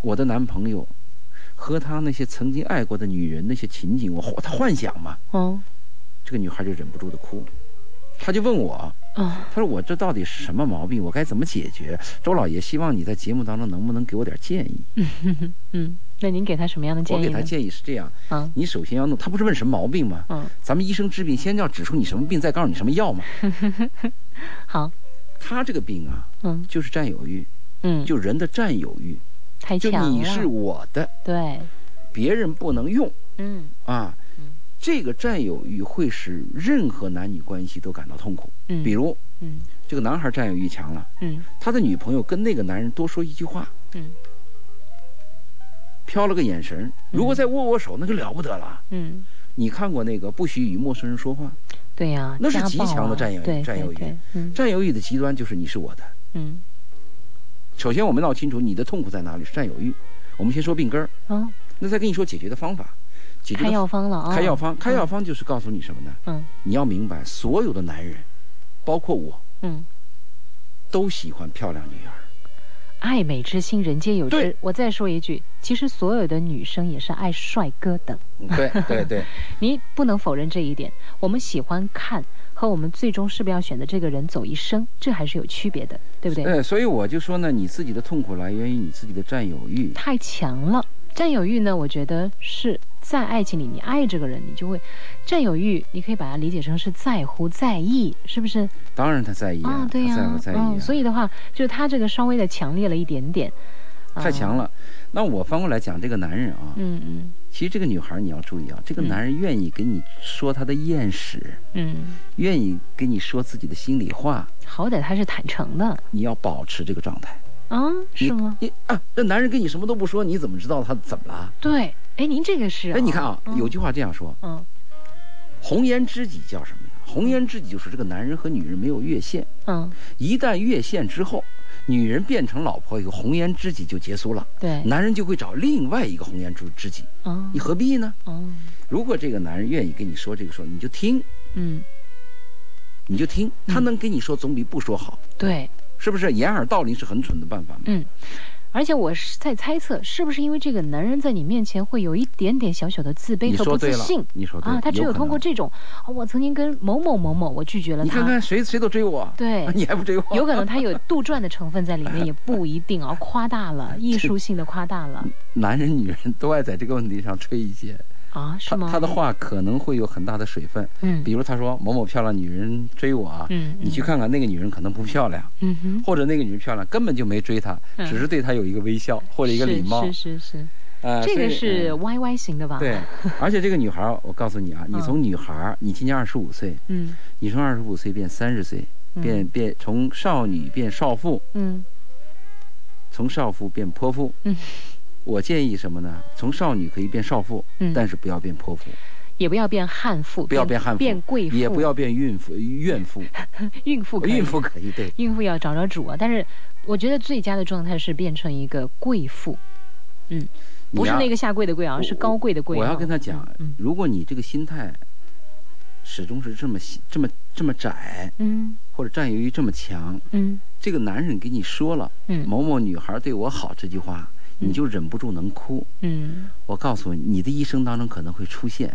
Speaker 3: 我的男朋友和他那些曾经爱过的女人那些情景，我幻她幻想嘛，
Speaker 2: 哦
Speaker 3: 这个女孩就忍不住的哭，她就问我，
Speaker 2: 哦，
Speaker 3: 她说我这到底是什么毛病？我该怎么解决？周老爷，希望你在节目当中能不能给我点建议？
Speaker 2: 嗯，那您给他什么样的
Speaker 3: 我
Speaker 2: 建议
Speaker 3: 给
Speaker 2: 呢
Speaker 3: 她？建议是这样，
Speaker 2: 啊
Speaker 3: 你首先要弄，她不是问什么毛病吗？
Speaker 2: 嗯，
Speaker 3: 咱们医生治病，先要指出你什么病，再告诉你什么药嘛。
Speaker 2: 好，
Speaker 3: 她这个病啊，
Speaker 2: 嗯
Speaker 3: 就是占有欲，
Speaker 2: 嗯，
Speaker 3: 就人的占有欲，
Speaker 2: 太
Speaker 3: 就
Speaker 2: 强啊了。
Speaker 3: 你是我的，
Speaker 2: 对，
Speaker 3: 别人不能用
Speaker 2: 嗯
Speaker 3: 啊
Speaker 2: 嗯。
Speaker 3: 这个占有欲会使任何男女关系都感到痛苦。
Speaker 2: 嗯，
Speaker 3: 比如
Speaker 2: 嗯
Speaker 3: 这个男孩占有欲强了，
Speaker 2: 嗯
Speaker 3: 他的女朋友跟那个男人多说一句话，
Speaker 2: 嗯
Speaker 3: 飘了个眼神，如果再握握手，那就了不得了。
Speaker 2: 嗯，
Speaker 3: 你看过那个不许与陌生人说话？
Speaker 2: 对呀，
Speaker 3: 那是
Speaker 2: 家暴
Speaker 3: 极强的
Speaker 2: 啊
Speaker 3: 占有欲
Speaker 2: 对
Speaker 3: 占有
Speaker 2: 对
Speaker 3: 欲
Speaker 2: 对嗯
Speaker 3: 占有欲的极端就是你是我的。
Speaker 2: 嗯
Speaker 3: 首先，我们闹清楚你的痛苦在哪里，是占有欲。我们先说病根儿，
Speaker 2: 啊，
Speaker 3: 那再跟你说解决的方法。解决的
Speaker 2: 开药方了啊，
Speaker 3: 开药方，开药
Speaker 2: 嗯
Speaker 3: 方就是告诉你什么呢？
Speaker 2: 嗯
Speaker 3: 你要明白，所有的男人，包括我，
Speaker 2: 嗯。
Speaker 3: 都喜欢漂亮女儿。
Speaker 2: 爱美之心，人皆有之
Speaker 3: 对。
Speaker 2: 我再说一句，其实所有的女生也是爱帅哥的，
Speaker 3: 对对对，
Speaker 2: 你不能否认这一点。我们喜欢看和我们最终是不是要选择这个人走一生，这还是有区别的，对不对？
Speaker 3: 呃，所以我就说呢，你自己的痛苦来源于你自己的占有欲。
Speaker 2: 太强了，占有欲呢？我觉得是在爱情里，你爱这个人，你就会占有欲，你可以把它理解成是在乎、在意，是不是？
Speaker 3: 当然他在意
Speaker 2: 啊，对
Speaker 3: 他
Speaker 2: 呀、
Speaker 3: 在不在意、啊
Speaker 2: 嗯，所以的话，就是他这个稍微的强烈了一点点，啊
Speaker 3: 太强。了。那我翻过来讲这个男人啊，
Speaker 2: 嗯嗯
Speaker 3: 其实这个女孩你要注意啊，这个
Speaker 2: 嗯
Speaker 3: 男人愿意跟你说他的艳史，
Speaker 2: 嗯，
Speaker 3: 愿意跟你说自己的心里话，
Speaker 2: 好歹他是坦诚的。
Speaker 3: 你要保持这个状态。
Speaker 2: 啊，
Speaker 3: 你
Speaker 2: 是吗？
Speaker 3: 你啊，这男人跟你什么都不说，你怎么知道他怎么了？
Speaker 2: 对，哎，您这个是、
Speaker 3: 哎，你看啊，有句话这样说：
Speaker 2: 嗯，
Speaker 3: 红颜知己叫什么呢？红颜知己就是这个男人和女人没有越线，
Speaker 2: 嗯，
Speaker 3: 一旦越线之后，女人变成老婆以后，红颜知己就结束了，
Speaker 2: 对，
Speaker 3: 男人就会找另外一个红颜知知己，
Speaker 2: 啊
Speaker 3: 你，何必呢？
Speaker 2: 嗯
Speaker 3: 如果这个男人愿意跟你说这个说，你就听，
Speaker 2: 嗯，
Speaker 3: 你就听，他能跟你说总比不说好，
Speaker 2: 对，
Speaker 3: 是不是？掩耳盗铃是很蠢的办法嘛。
Speaker 2: 嗯。而且我是在猜测，是不是因为这个男人在你面前会有一点点小小的自
Speaker 3: 你
Speaker 2: 卑和
Speaker 3: 说
Speaker 2: 不
Speaker 3: 对
Speaker 2: 自
Speaker 3: 了
Speaker 2: 信，
Speaker 3: 你说对了
Speaker 2: 啊？他只
Speaker 3: 有
Speaker 2: 有
Speaker 3: 可
Speaker 2: 通
Speaker 3: 能
Speaker 2: 过这种，啊，我曾经跟某某某某，我拒绝了
Speaker 3: 你
Speaker 2: 他，
Speaker 3: 看看谁谁都追我，
Speaker 2: 对
Speaker 3: 你还不追我？
Speaker 2: 有可能他有杜撰的成分在里面，也不一定啊，夸 大了，艺术性的夸大了
Speaker 3: 男人女人都爱在这个问题上吹一些，
Speaker 2: 啊，是
Speaker 3: 他
Speaker 2: 吗？
Speaker 3: 他的话可能会有很大的水分，
Speaker 2: 嗯
Speaker 3: 比如他说某某漂亮女人追我啊，
Speaker 2: 嗯
Speaker 3: 你去看看那个女人可能不漂亮，
Speaker 2: 嗯哼，
Speaker 3: 或者那个女人漂亮根本就没追他，
Speaker 2: 嗯
Speaker 3: 只是对他有一个微笑或者一个礼貌
Speaker 2: 是，是是
Speaker 3: 呃，
Speaker 2: 是，这个
Speaker 3: 所以
Speaker 2: 是
Speaker 3: 嗯
Speaker 2: Y Y 型的吧？
Speaker 3: 对，而且这个女孩儿，我告诉你啊，你从女孩儿，你今年二十五岁，
Speaker 2: 嗯
Speaker 3: 你从二十五岁变三十岁，变变从少女变少妇，
Speaker 2: 嗯
Speaker 3: 从少妇变泼妇。
Speaker 2: 嗯，
Speaker 3: 我建议什么呢？从少女可以变少妇，
Speaker 2: 嗯
Speaker 3: 但是不要变泼妇，
Speaker 2: 也不要变悍妇，
Speaker 3: 不要变悍妇，
Speaker 2: 变贵妇，
Speaker 3: 也不要变孕妇、怨 妇，
Speaker 2: 孕妇可以，
Speaker 3: 孕妇可以对。
Speaker 2: 孕妇要找找主啊。但是我觉得最佳的状态是变成一个贵妇，嗯，
Speaker 3: 你
Speaker 2: 不是
Speaker 3: 呀
Speaker 2: 那个下跪的跪啊，
Speaker 3: 我
Speaker 2: 是高贵的贵啊。
Speaker 3: 我要跟他讲，
Speaker 2: 嗯
Speaker 3: 如果你这个心态始终是这么细这么这么窄，
Speaker 2: 嗯
Speaker 3: 或者占有欲这么强，
Speaker 2: 嗯
Speaker 3: 这个男人给你说了。
Speaker 2: 嗯
Speaker 3: 某某女孩对我好这句话，
Speaker 2: 嗯
Speaker 3: 你就忍不住能哭。
Speaker 2: 嗯
Speaker 3: 我告诉你，你的一生当中可能会出现，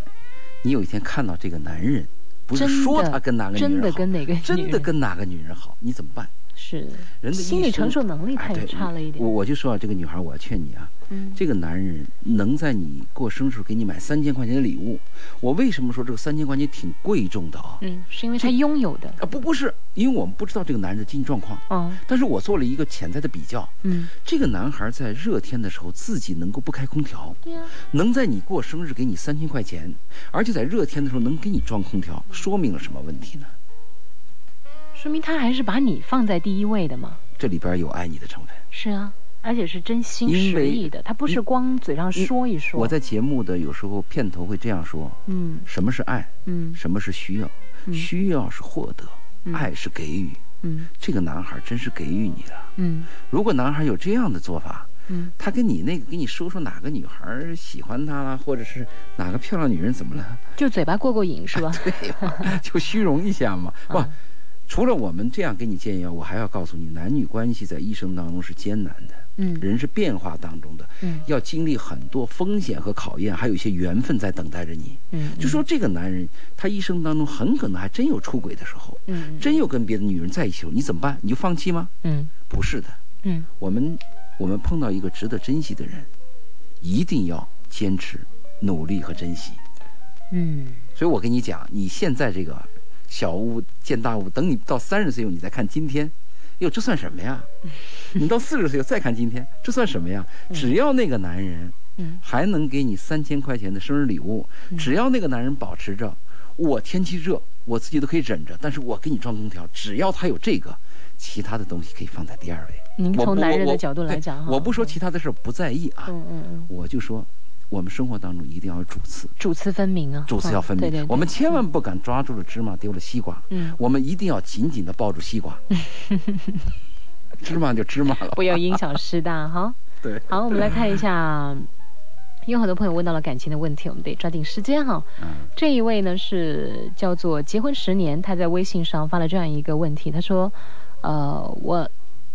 Speaker 3: 你有一天看到这个男人，不是
Speaker 2: 真的
Speaker 3: 说他跟哪个
Speaker 2: 嗯，
Speaker 3: 女
Speaker 2: 真
Speaker 3: 人
Speaker 2: 的
Speaker 3: 好，
Speaker 2: 跟哪个女
Speaker 3: 真的
Speaker 2: 人
Speaker 3: 跟哪个女人好，你怎么办？
Speaker 2: 是
Speaker 3: 人的一
Speaker 2: 心理
Speaker 3: 生
Speaker 2: 承受能力
Speaker 3: 哎
Speaker 2: 太
Speaker 3: 对
Speaker 2: 差了一点
Speaker 3: 我。我就说啊，这个女孩，我要劝你啊，
Speaker 2: 嗯
Speaker 3: 这个男人能在你过生日时候给你买三千块钱的礼物，我为什么说这个三千块钱挺贵重的啊？
Speaker 2: 嗯，是因为他拥有的。
Speaker 3: 啊，不不是，因为我们不知道这个男人的经济状况，
Speaker 2: 哦，
Speaker 3: 但是我做了一个潜在的比较，
Speaker 2: 嗯，
Speaker 3: 这个男孩在热天的时候自己能够不开空调，
Speaker 2: 对啊呀、
Speaker 3: 能在你过生日给你三千块钱，而且在热天的时候能给你装空调，说明了什么问题呢？
Speaker 2: 说明他还是把你放在第一位的嘛。
Speaker 3: 这里边有爱你的成分。
Speaker 2: 是啊，而且是真心
Speaker 3: 因
Speaker 2: 实
Speaker 3: 为
Speaker 2: 意的，他不是光嘴上说一说。
Speaker 3: 我在节目的有时候片头会这样说：
Speaker 2: 嗯
Speaker 3: 什么是爱？
Speaker 2: 嗯
Speaker 3: 什么是需要？
Speaker 2: 嗯
Speaker 3: 需要是获得，
Speaker 2: 嗯
Speaker 3: 爱是给予。
Speaker 2: 嗯
Speaker 3: 这个男孩真是给予你了。
Speaker 2: 嗯
Speaker 3: 如果男孩有这样的做法，
Speaker 2: 嗯
Speaker 3: 他跟你那个跟你说说哪个女孩喜欢他啦，或者是哪个漂亮女人怎么了？
Speaker 2: 就嘴巴过过瘾是吧？
Speaker 3: 对呀，就虚荣一下嘛。哇，
Speaker 2: 嗯
Speaker 3: 除了我们这样给你建议啊，我还要告诉你，男女关系在一生当中是艰难的，
Speaker 2: 嗯
Speaker 3: 人是变化当中的，
Speaker 2: 嗯
Speaker 3: 要经历很多风险和考验，还有一些缘分在等待着你。
Speaker 2: 嗯，
Speaker 3: 就说这个男人，他一生当中很可能还真有出轨的时候，
Speaker 2: 嗯
Speaker 3: 真有跟别的女人在一起的时候，你怎么办？你就放弃吗？
Speaker 2: 嗯
Speaker 3: 不是的，
Speaker 2: 嗯
Speaker 3: 我们我们碰到一个值得珍惜的人，一定要坚持、努力和珍惜。
Speaker 2: 嗯
Speaker 3: 所以我跟你讲，你现在这个小巫见大巫，等你到三十岁后，你再看今天，哟，这算什么呀？你到四十岁后再看今天，这算什么呀？只要那个男人
Speaker 2: 嗯
Speaker 3: 还能给你三千块钱的生日礼物，只要那个男人保持着，我天气热，我自己都可以忍着，但是我给你装空调，只要他有这个，其他的东西可以放在第二位。
Speaker 2: 您
Speaker 3: 我
Speaker 2: 从
Speaker 3: 不
Speaker 2: 男人
Speaker 3: 我
Speaker 2: 的
Speaker 3: 我
Speaker 2: 角度来
Speaker 3: 对
Speaker 2: 讲哈
Speaker 3: 我不说其他的事儿不在意啊，
Speaker 2: 嗯嗯嗯，
Speaker 3: 我就说，我们生活当中一定要有主次。
Speaker 2: 主次分明啊，
Speaker 3: 主次要分明。
Speaker 2: 嗯对对对
Speaker 3: 我们千万不敢抓住了芝麻丢了西瓜，
Speaker 2: 嗯
Speaker 3: 我们一定要紧紧的抱住西 瓜。芝麻就芝麻了，
Speaker 2: 不要因小失大哈。
Speaker 3: 对。
Speaker 2: 好，我们来看一下，有很多朋友问到了感情的问题，我们得抓紧时间哈。
Speaker 3: 嗯
Speaker 2: 这一位呢是叫做结婚十年，他在微信上发了这样一个问题，他说：“呃，我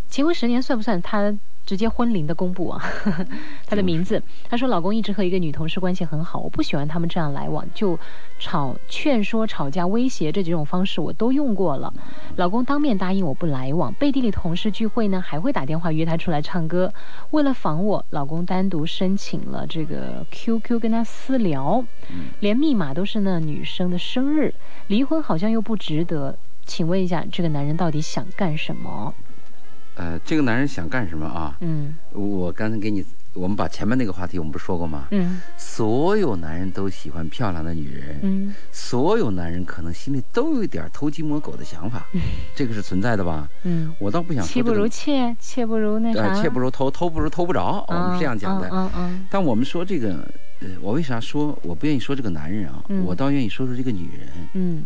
Speaker 2: 结婚十年算不算他直接婚龄的公布啊？ 他的名字，他说老公一直和一个女同事关系很好，我不喜欢他们这样来往，就吵、劝说、吵架、威胁这几种方式我都用过了。老公当面答应我不来往，背地里同事聚会呢还会打电话约他出来唱歌。为了防我，老公单独申请了这个 QQ 跟他私聊，
Speaker 3: 嗯
Speaker 2: 连密码都是那女生的生日。离婚好像又不值得，请问一下，这个男人到底想干什么？
Speaker 3: 呃，这个男人想干什么啊？
Speaker 2: 嗯
Speaker 3: 我刚才给你我们把前面那个话题我们不是说过吗？
Speaker 2: 嗯
Speaker 3: 所有男人都喜欢漂亮的女人，
Speaker 2: 嗯
Speaker 3: 所有男人可能心里都有一点偷鸡摸狗的想法，
Speaker 2: 嗯
Speaker 3: 这个是存在的吧？
Speaker 2: 嗯，
Speaker 3: 我倒不想说
Speaker 2: 妻不
Speaker 3: 这
Speaker 2: 如
Speaker 3: 个，
Speaker 2: 妾，妾不如啊那啥，
Speaker 3: 呃，妾不如偷，偷不如偷不着，
Speaker 2: 啊
Speaker 3: 我们是这样讲的。
Speaker 2: 嗯嗯
Speaker 3: 但我们说这个，呃，我为啥说我不愿意说这个男人啊？
Speaker 2: 嗯
Speaker 3: 我倒愿意说说这个女人。
Speaker 2: 嗯，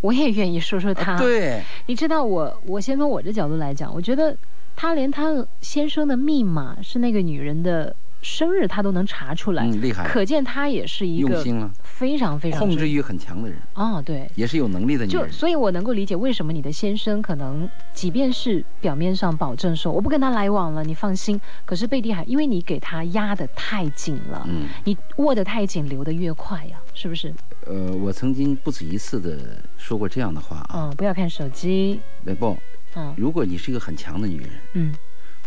Speaker 2: 我也愿意说说他。
Speaker 3: 啊、对，
Speaker 2: 你知道我，我先从我的角度来讲，我觉得他连他先生的密码是那个女人的生日，他都能查出来，
Speaker 3: 嗯，厉害，
Speaker 2: 可见他也是一
Speaker 3: 用
Speaker 2: 个
Speaker 3: 心了，
Speaker 2: 非常非常
Speaker 3: 控制欲很强的人，
Speaker 2: 啊、哦，对。
Speaker 3: 也是有能力的女
Speaker 2: 就
Speaker 3: 人。
Speaker 2: 所以，我能够理解为什么你的先生可能，即便是表面上保证说我不跟他来往了，你放心，可是背地还因为你给他压得太紧了，
Speaker 3: 嗯，
Speaker 2: 你握得太紧，流得越快呀、是不是？
Speaker 3: 呃，我曾经不止一次的说过这样的话啊，
Speaker 2: 嗯，不要看手机，
Speaker 3: 雷宝，
Speaker 2: 嗯
Speaker 3: 如果你是一个很强的女人，
Speaker 2: 嗯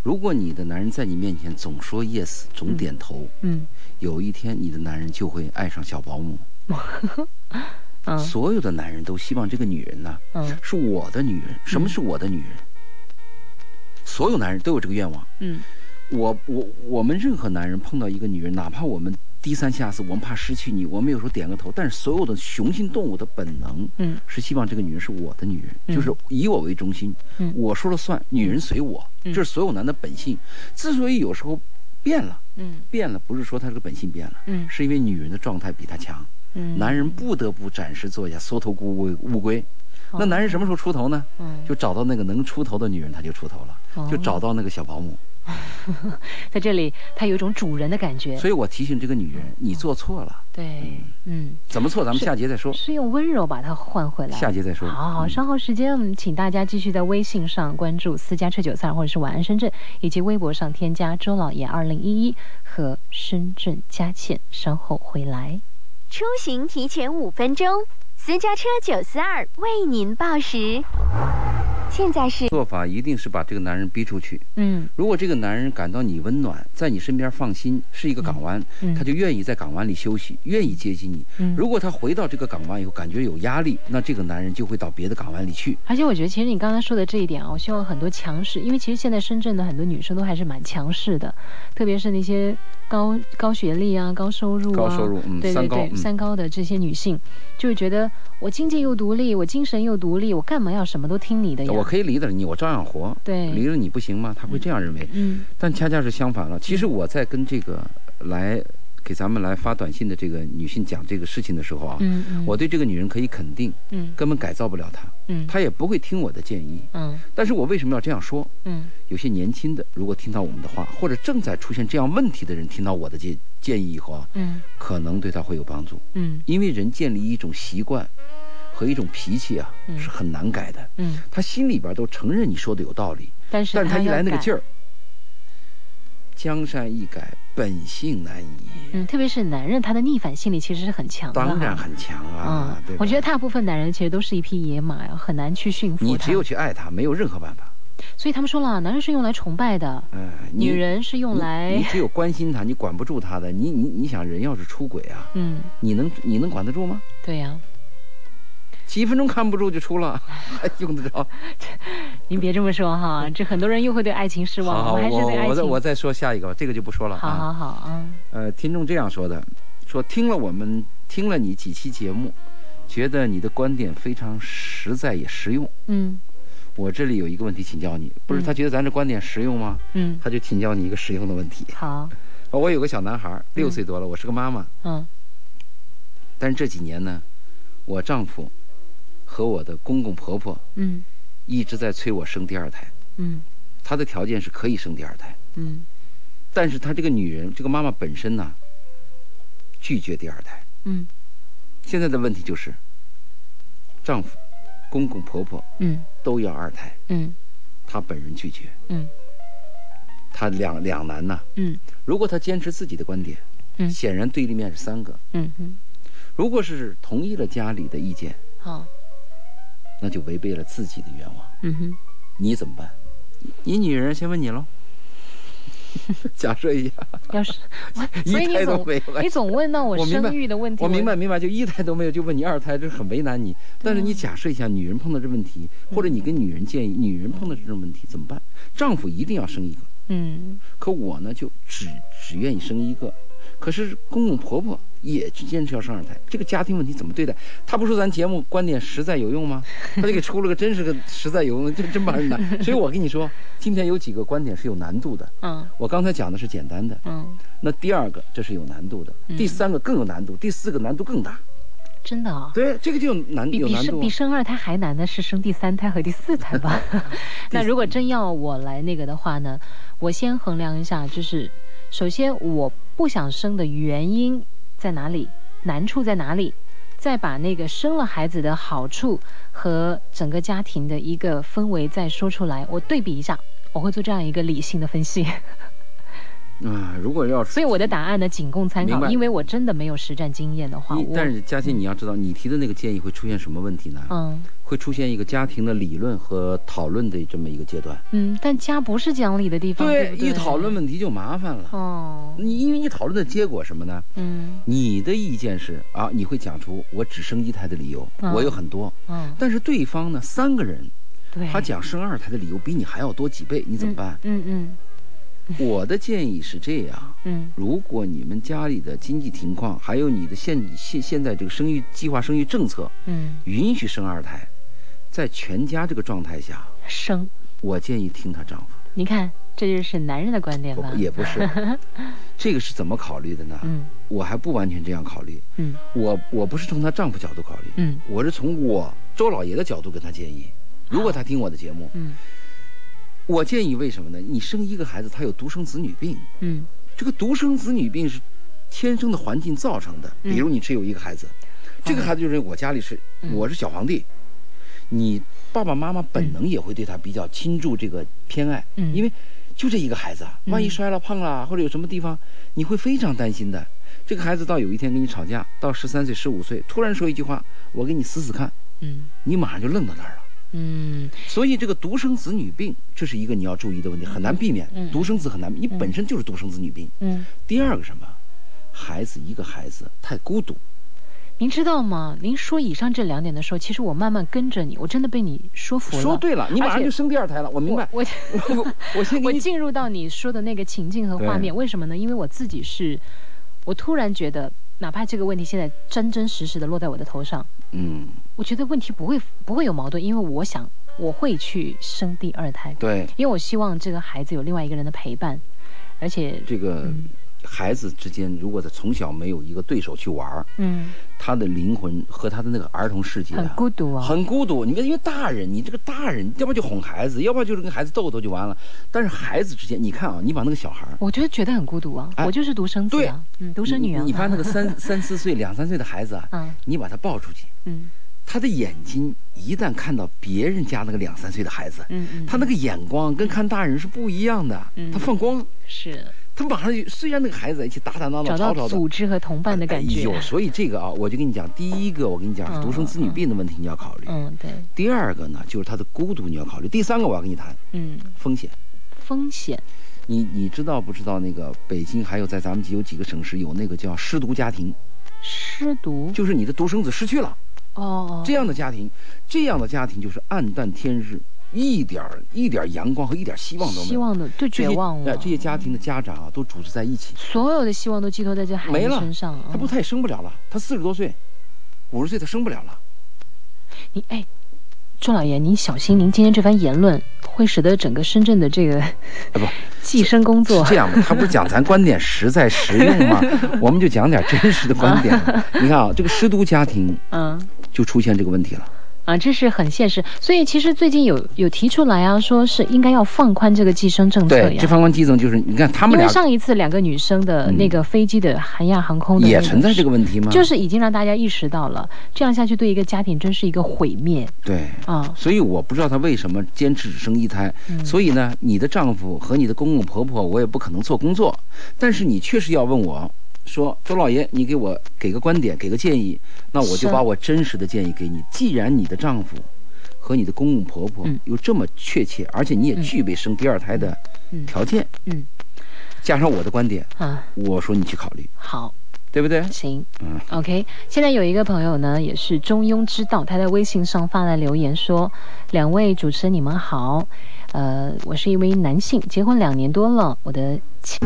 Speaker 3: 如果你的男人在你面前总说 yes，总点头，
Speaker 2: 嗯
Speaker 3: 有一天你的男人就会爱上小保姆。
Speaker 2: 嗯
Speaker 3: 所有的男人都希望这个女人呢、
Speaker 2: 嗯
Speaker 3: 是我的女人。什么是我的女人？所有男人都有这个愿望。
Speaker 2: 嗯
Speaker 3: 我我我们任何男人碰到一个女人，哪怕我们低三下四，我们怕失去你，我们有时候点个头，但是所有的雄性动物的本能
Speaker 2: 嗯
Speaker 3: 是希望这个女人是我的女人，
Speaker 2: 嗯
Speaker 3: 就是以我为中心，
Speaker 2: 嗯
Speaker 3: 我说了算，女人随我，
Speaker 2: 嗯
Speaker 3: 这是所有男的本性。之所以有时候变了，
Speaker 2: 嗯
Speaker 3: 变了不是说他这个本性变了，
Speaker 2: 嗯
Speaker 3: 是因为女人的状态比他强，
Speaker 2: 嗯，
Speaker 3: 男人不得不暂时做一下缩头乌龟乌龟。
Speaker 2: 哦
Speaker 3: 那男人什么时候出头呢？
Speaker 2: 嗯
Speaker 3: 就找到那个能出头的女人，他就出头了，
Speaker 2: 哦
Speaker 3: 就找到那个小保姆。
Speaker 2: 嗯 在这里，他有一种主人的感觉，
Speaker 3: 所以我提醒这个女人，你做错了，
Speaker 2: 对，嗯，
Speaker 3: 怎么错咱们
Speaker 2: 是
Speaker 3: 下节再说，
Speaker 2: 是用温柔把它换回来。
Speaker 3: 下节再说。
Speaker 2: 好好，稍后时间，嗯请大家继续在微信上关注“私家车九三”或者是“晚安深圳”，以及微博上添加“周老爷二零一一”和“深圳佳倩”。稍后回来。
Speaker 1: 出行提前五分钟，私家车九四二为您报时。现在是
Speaker 3: 做法一定是把这个男人逼出去。
Speaker 2: 嗯
Speaker 3: 如果这个男人感到你温暖，在你身边放心，是一个港湾，
Speaker 2: 嗯，
Speaker 3: 他就愿意在港湾里休息，愿意接近你。
Speaker 2: 嗯
Speaker 3: 如果他回到这个港湾以后感觉有压力，那这个男人就会到别的港湾里去。
Speaker 2: 而且我觉得，其实你刚才说的这一点啊，我希望很多强势，因为其实现在深圳的很多女生都还是蛮强势的，特别是那些高高学历啊、高收入啊、
Speaker 3: 高收入嗯
Speaker 2: 对对
Speaker 3: 三高
Speaker 2: 对、
Speaker 3: 嗯
Speaker 2: 三高的这些女性，就是觉得我经济又独立，我精神又独立，我干嘛要什么都听你的呀？
Speaker 3: 我可以离了你，我照样活。
Speaker 2: 对
Speaker 3: 离了你不行吗？他会这样认为。
Speaker 2: 嗯
Speaker 3: 但恰恰是相反了。其实我在跟这个来给咱们来发短信的这个女性讲这个事情的时候啊，
Speaker 2: 嗯嗯，
Speaker 3: 我对这个女人可以肯定，
Speaker 2: 嗯
Speaker 3: 根本改造不了她，
Speaker 2: 嗯
Speaker 3: 她也不会听我的建议。
Speaker 2: 嗯
Speaker 3: 但是我为什么要这样说？
Speaker 2: 嗯
Speaker 3: 有些年轻的如果听到我们的话，或者正在出现这样问题的人听到我的建建议以后啊，
Speaker 2: 嗯
Speaker 3: 可能对他会有帮助，
Speaker 2: 嗯
Speaker 3: 因为人建立一种习惯和一种脾气啊，
Speaker 2: 嗯
Speaker 3: 是很难改的。
Speaker 2: 嗯，
Speaker 3: 他心里边都承认你说的有道理，
Speaker 2: 但是
Speaker 3: 但是他一来那个劲
Speaker 2: 儿，
Speaker 3: 儿，江山易改，本性难移，
Speaker 2: 嗯，特别是男人，他的逆反心理其实是很强的哈，
Speaker 3: 当然很强啊，
Speaker 2: 嗯
Speaker 3: 对，吧
Speaker 2: 我觉得大部分男人其实都是一匹野马呀，很难去驯服
Speaker 3: 你
Speaker 2: 他
Speaker 3: 只有去爱他，没有任何办法。
Speaker 2: 所以他们说了，啊男人是用来崇拜的，
Speaker 3: 嗯，你
Speaker 2: 女人是用
Speaker 3: 你，
Speaker 2: 来
Speaker 3: 你，只有关心他，你管不住他的。你你你想，人要是出轨啊，
Speaker 2: 嗯，
Speaker 3: 你能你能管得住吗？
Speaker 2: 对呀、
Speaker 3: 几分钟看不住就出了， 还用得着？
Speaker 2: 您别这么说哈，这很多人又会对爱情失望，
Speaker 3: 嗯好好，
Speaker 2: 们还是对
Speaker 3: 我
Speaker 2: 爱
Speaker 3: 我再
Speaker 2: 情，
Speaker 3: 我再说下一个吧，这个就不说了
Speaker 2: 好
Speaker 3: 啊。
Speaker 2: 好好啊，
Speaker 3: 呃，听众这样说的，说听了我们听了你几期节目，觉得你的观点非常实在也实用。
Speaker 2: 嗯
Speaker 3: 我这里有一个问题请教你，不是
Speaker 2: 嗯
Speaker 3: 他觉得咱这观点实用吗？
Speaker 2: 嗯，
Speaker 3: 他就请教你一个实用的问题。
Speaker 2: 好，
Speaker 3: 我有个小男孩，六
Speaker 2: 嗯
Speaker 3: 岁多了，我是个妈妈，
Speaker 2: 嗯
Speaker 3: 但是这几年呢，我丈夫和我的公公婆婆
Speaker 2: 嗯
Speaker 3: 一直在催我生第二胎。
Speaker 2: 嗯
Speaker 3: 她的条件是可以生第二胎，
Speaker 2: 嗯
Speaker 3: 但是她这个女人，这个妈妈本身呢，拒绝第二胎。
Speaker 2: 嗯
Speaker 3: 现在的问题就是，丈夫、公公婆婆
Speaker 2: 嗯
Speaker 3: 都要二胎，
Speaker 2: 嗯
Speaker 3: 她本人拒绝，
Speaker 2: 嗯
Speaker 3: 她两两难呐、
Speaker 2: 嗯
Speaker 3: 如果她坚持自己的观点，
Speaker 2: 嗯
Speaker 3: 显然对立面是三个。
Speaker 2: 嗯嗯，
Speaker 3: 如果是同意了家里的意见，
Speaker 2: 好，
Speaker 3: 那就违背了自己的愿望。
Speaker 2: 嗯哼，
Speaker 3: 你怎么办？你女人先问你喽。 假设一下，
Speaker 2: 要是，
Speaker 3: 一
Speaker 2: 所以你
Speaker 3: 胎都
Speaker 2: 总
Speaker 3: 没有，哎
Speaker 2: 你总问到
Speaker 3: 我明白
Speaker 2: 生育的问题，
Speaker 3: 我明白明白，就一胎都没有，就问你二胎，这很为难你。但是你
Speaker 2: 嗯
Speaker 3: 假设一下，女人碰到这问题，或者你跟女人建议，女人碰到这种问题怎么办？丈夫一定要生一个，
Speaker 2: 嗯
Speaker 3: 可我呢就只只愿意生一个，可是公公婆婆也坚持要生二胎，这个家庭问题怎么对待？他不说咱节目观点实在有用吗？他就给出了个真是个实在有用的，这真把人难。所以我跟你说，今天有几个观点是有难度的。
Speaker 2: 嗯
Speaker 3: 我刚才讲的是简单的，
Speaker 2: 嗯，
Speaker 3: 那第二个这是有难度的，
Speaker 2: 嗯
Speaker 3: 第三个更有难度，第四个难度更大。
Speaker 2: 真的啊、
Speaker 3: 对，这个就有难
Speaker 2: 比
Speaker 3: 有
Speaker 2: 比
Speaker 3: 难
Speaker 2: 生
Speaker 3: 度啊
Speaker 2: 比。生二胎还难的是生第三胎和第四 胎吧？那如果真要我来那个的话呢，我先衡量一下，就是首先我不想生的原因在哪里，难处在哪里，再把那个生了孩子的好处和整个家庭的一个氛围再说出来，我对比一下，我会做这样一个理性的分析。
Speaker 3: 啊，如果要
Speaker 2: 所以我的答案呢，仅供参
Speaker 3: 明
Speaker 2: 考，
Speaker 3: 白
Speaker 2: 因为我真的没有实战经验的话，
Speaker 3: 你
Speaker 2: 我
Speaker 3: 但是佳欣，你要知道，你提的那个建议会出现什么问题呢？
Speaker 2: 嗯
Speaker 3: 会出现一个家庭的理论和讨论的这么一个阶段。
Speaker 2: 嗯，但家不是讲理的地方，对不对，
Speaker 3: 一讨论问题就麻烦了。
Speaker 2: 哦，
Speaker 3: 你因为你讨论的结果什么呢？
Speaker 2: 嗯
Speaker 3: 你的意见是啊，你会讲出我只生一胎的理由，
Speaker 2: 嗯
Speaker 3: 我有很多。
Speaker 2: 嗯，
Speaker 3: 但是对方呢，三个人
Speaker 2: 对，
Speaker 3: 他讲生二胎的理由比你还要多几倍，你怎么办？
Speaker 2: 嗯嗯
Speaker 3: 我的建议是这样：
Speaker 2: 嗯
Speaker 3: 如果你们家里的经济情况，还有你的现现现在这个生育计划、生育政策
Speaker 2: 嗯，
Speaker 3: 允许生二胎，在全家这个状态下，
Speaker 2: 生，
Speaker 3: 我建议听她丈夫。
Speaker 2: 你看，这就是男人的观点吧
Speaker 3: 不？也不是， 这个是怎么考虑的呢？
Speaker 2: 嗯
Speaker 3: 我还不完全这样考虑，
Speaker 2: 嗯
Speaker 3: 我我不是从她丈夫角度考虑，
Speaker 2: 嗯
Speaker 3: 我是从我周老爷的角度跟她建议。如果她听我的节目，
Speaker 2: 嗯
Speaker 3: 我建议为什么呢？你生一个孩子，他有独生子女病，
Speaker 2: 嗯，
Speaker 3: 这个独生子女病是天生的环境造成的。
Speaker 2: 嗯
Speaker 3: 比如你只有一个孩子，这个孩子就是我家里是、
Speaker 2: 嗯
Speaker 3: 我是小皇帝，你爸爸妈妈本能也会对他比较倾注这个偏爱，
Speaker 2: 嗯
Speaker 3: 因为就这一个孩子啊，
Speaker 2: 嗯
Speaker 3: 万一摔了胖了或者有什么地方，你会非常担心的。这个孩子到有一天跟你吵架，到十三岁、十五岁，突然说一句话，我给你死死看，
Speaker 2: 嗯
Speaker 3: 你马上就愣到那儿了。
Speaker 2: 嗯
Speaker 3: 所以这个独生子女病，这是一个你要注意的问题，很难避免。
Speaker 2: 嗯
Speaker 3: 独生子很难，你本身就是独生子女病。
Speaker 2: 嗯，
Speaker 3: 第二个什么？孩子一个孩子太孤独，
Speaker 2: 您知道吗？您说以上这两点的时候，其实我慢慢跟着你，我真的被你说服了。
Speaker 3: 说对了，你马上就生第二胎了，我明白。
Speaker 2: 啊我。
Speaker 3: 我我先
Speaker 2: 我
Speaker 3: 给你
Speaker 2: 进入到你说的那个情境和画面，为什么呢？因为我自己是，我突然觉得，哪怕这个问题现在真真实实的落在我的头上，
Speaker 3: 嗯，
Speaker 2: 我觉得问题不会不会有矛盾，因为我想我会去生第二胎，
Speaker 3: 对
Speaker 2: 因为我希望这个孩子有另外一个人的陪伴，而且，
Speaker 3: 这个
Speaker 2: 嗯
Speaker 3: 孩子之间，如果他从小没有一个对手去玩儿，
Speaker 2: 嗯，
Speaker 3: 他的灵魂和他的那个儿童世界啊
Speaker 2: 很孤独啊，
Speaker 3: 很孤独。你看，因为大人，你这个大人，要不就哄孩子，要不就是跟孩子斗斗就完了。但是孩子之间，你看啊，你把那个小孩儿。
Speaker 2: 我就觉得很孤独啊，
Speaker 3: 哎
Speaker 2: 我就是独生子啊，嗯，独生女啊
Speaker 3: 你，你把那个三三四岁、两三岁的孩子啊，
Speaker 2: 嗯
Speaker 3: 你把他抱出去，
Speaker 2: 嗯
Speaker 3: 他的眼睛一旦看到别人家那个两三岁的孩子，
Speaker 2: 嗯嗯，
Speaker 3: 他那个眼光跟看大人是不一样的，
Speaker 2: 嗯
Speaker 3: 他放光，
Speaker 2: 是
Speaker 3: 他马上就虽然那个孩子一起打打闹闹、
Speaker 2: 找
Speaker 3: 吵
Speaker 2: 到
Speaker 3: 吵的。哎
Speaker 2: 组织和同伴的感觉，
Speaker 3: 有，所以这个啊，我就跟你讲，第一个我跟你讲是
Speaker 2: 嗯
Speaker 3: 独生子女病的问题，你要考虑；
Speaker 2: 嗯对，
Speaker 3: 第二个呢，就是他的孤独，你要考虑；第三个我要跟你谈
Speaker 2: 嗯，
Speaker 3: 风险。
Speaker 2: 风险，
Speaker 3: 你你知道不知道那个北京还有在咱们有几个省市有那个叫失独家庭，
Speaker 2: 失独，
Speaker 3: 就是你的独生子失去了，
Speaker 2: 哦哦，
Speaker 3: 这样的家庭，这样的家庭就是暗淡天日，一点儿一点儿阳光和一点儿希望都没有。
Speaker 2: 希望的对
Speaker 3: 这
Speaker 2: 绝
Speaker 3: 些
Speaker 2: 望
Speaker 3: 哎
Speaker 2: 了，嗯
Speaker 3: 这些家庭的家长啊，都组织在一起，
Speaker 2: 所有的希望都寄托在这孩
Speaker 3: 没
Speaker 2: 子
Speaker 3: 了
Speaker 2: 身上，
Speaker 3: 他不
Speaker 2: 嗯
Speaker 3: 他也生不了了，他四十多岁，五十岁他生不了了。
Speaker 2: 你哎，钟老爷，您小心，您今天这番言论会使得整个深圳的这 个哎
Speaker 3: 不
Speaker 2: 计生工
Speaker 3: 是
Speaker 2: 作
Speaker 3: 这样的，他不是讲咱观点实在实用 吗？我们就讲点真实的观点。你看啊，这个失独家庭
Speaker 2: 嗯
Speaker 3: 就出现这个问题了。
Speaker 2: 啊，这是很现实。所以其实最近有有提出来啊，说是应该要放宽这个计生政策
Speaker 3: 对，
Speaker 2: 呀
Speaker 3: 这。方关基层就是你看他们
Speaker 2: 因为
Speaker 3: 俩嗯
Speaker 2: 上一次两个女生的那个飞机的韩亚航空的、那
Speaker 3: 也
Speaker 2: 个
Speaker 3: 存在这个问题吗？
Speaker 2: 就是已经让大家意识到了，这样下去对一个家庭真是一个毁灭
Speaker 3: 对。
Speaker 2: 啊！
Speaker 3: 所以我不知道她为什么坚持只生一胎。
Speaker 2: 嗯
Speaker 3: 所以呢，你的丈夫和你的公公婆婆，我也不可能做工作。但是你确实要问我，说周老爷，你给我给个观点，给个建议，那我
Speaker 2: 是
Speaker 3: 就把我真实的建议给你。既然你的丈夫和你的公公婆婆
Speaker 2: 嗯
Speaker 3: 有这么确切，而且你也具备生第二胎的
Speaker 2: 嗯
Speaker 3: 条件，
Speaker 2: 嗯
Speaker 3: 加上我的观点，
Speaker 2: 啊，
Speaker 3: 我说你去考虑，
Speaker 2: 好，
Speaker 3: 对不对？
Speaker 2: 行。
Speaker 3: 嗯，
Speaker 2: OK，现在有一个朋友呢，也是中庸之道，他在微信上发来留言说：“两位主持人，你们好，呃，我是一位男性，结婚两年多了，我的妻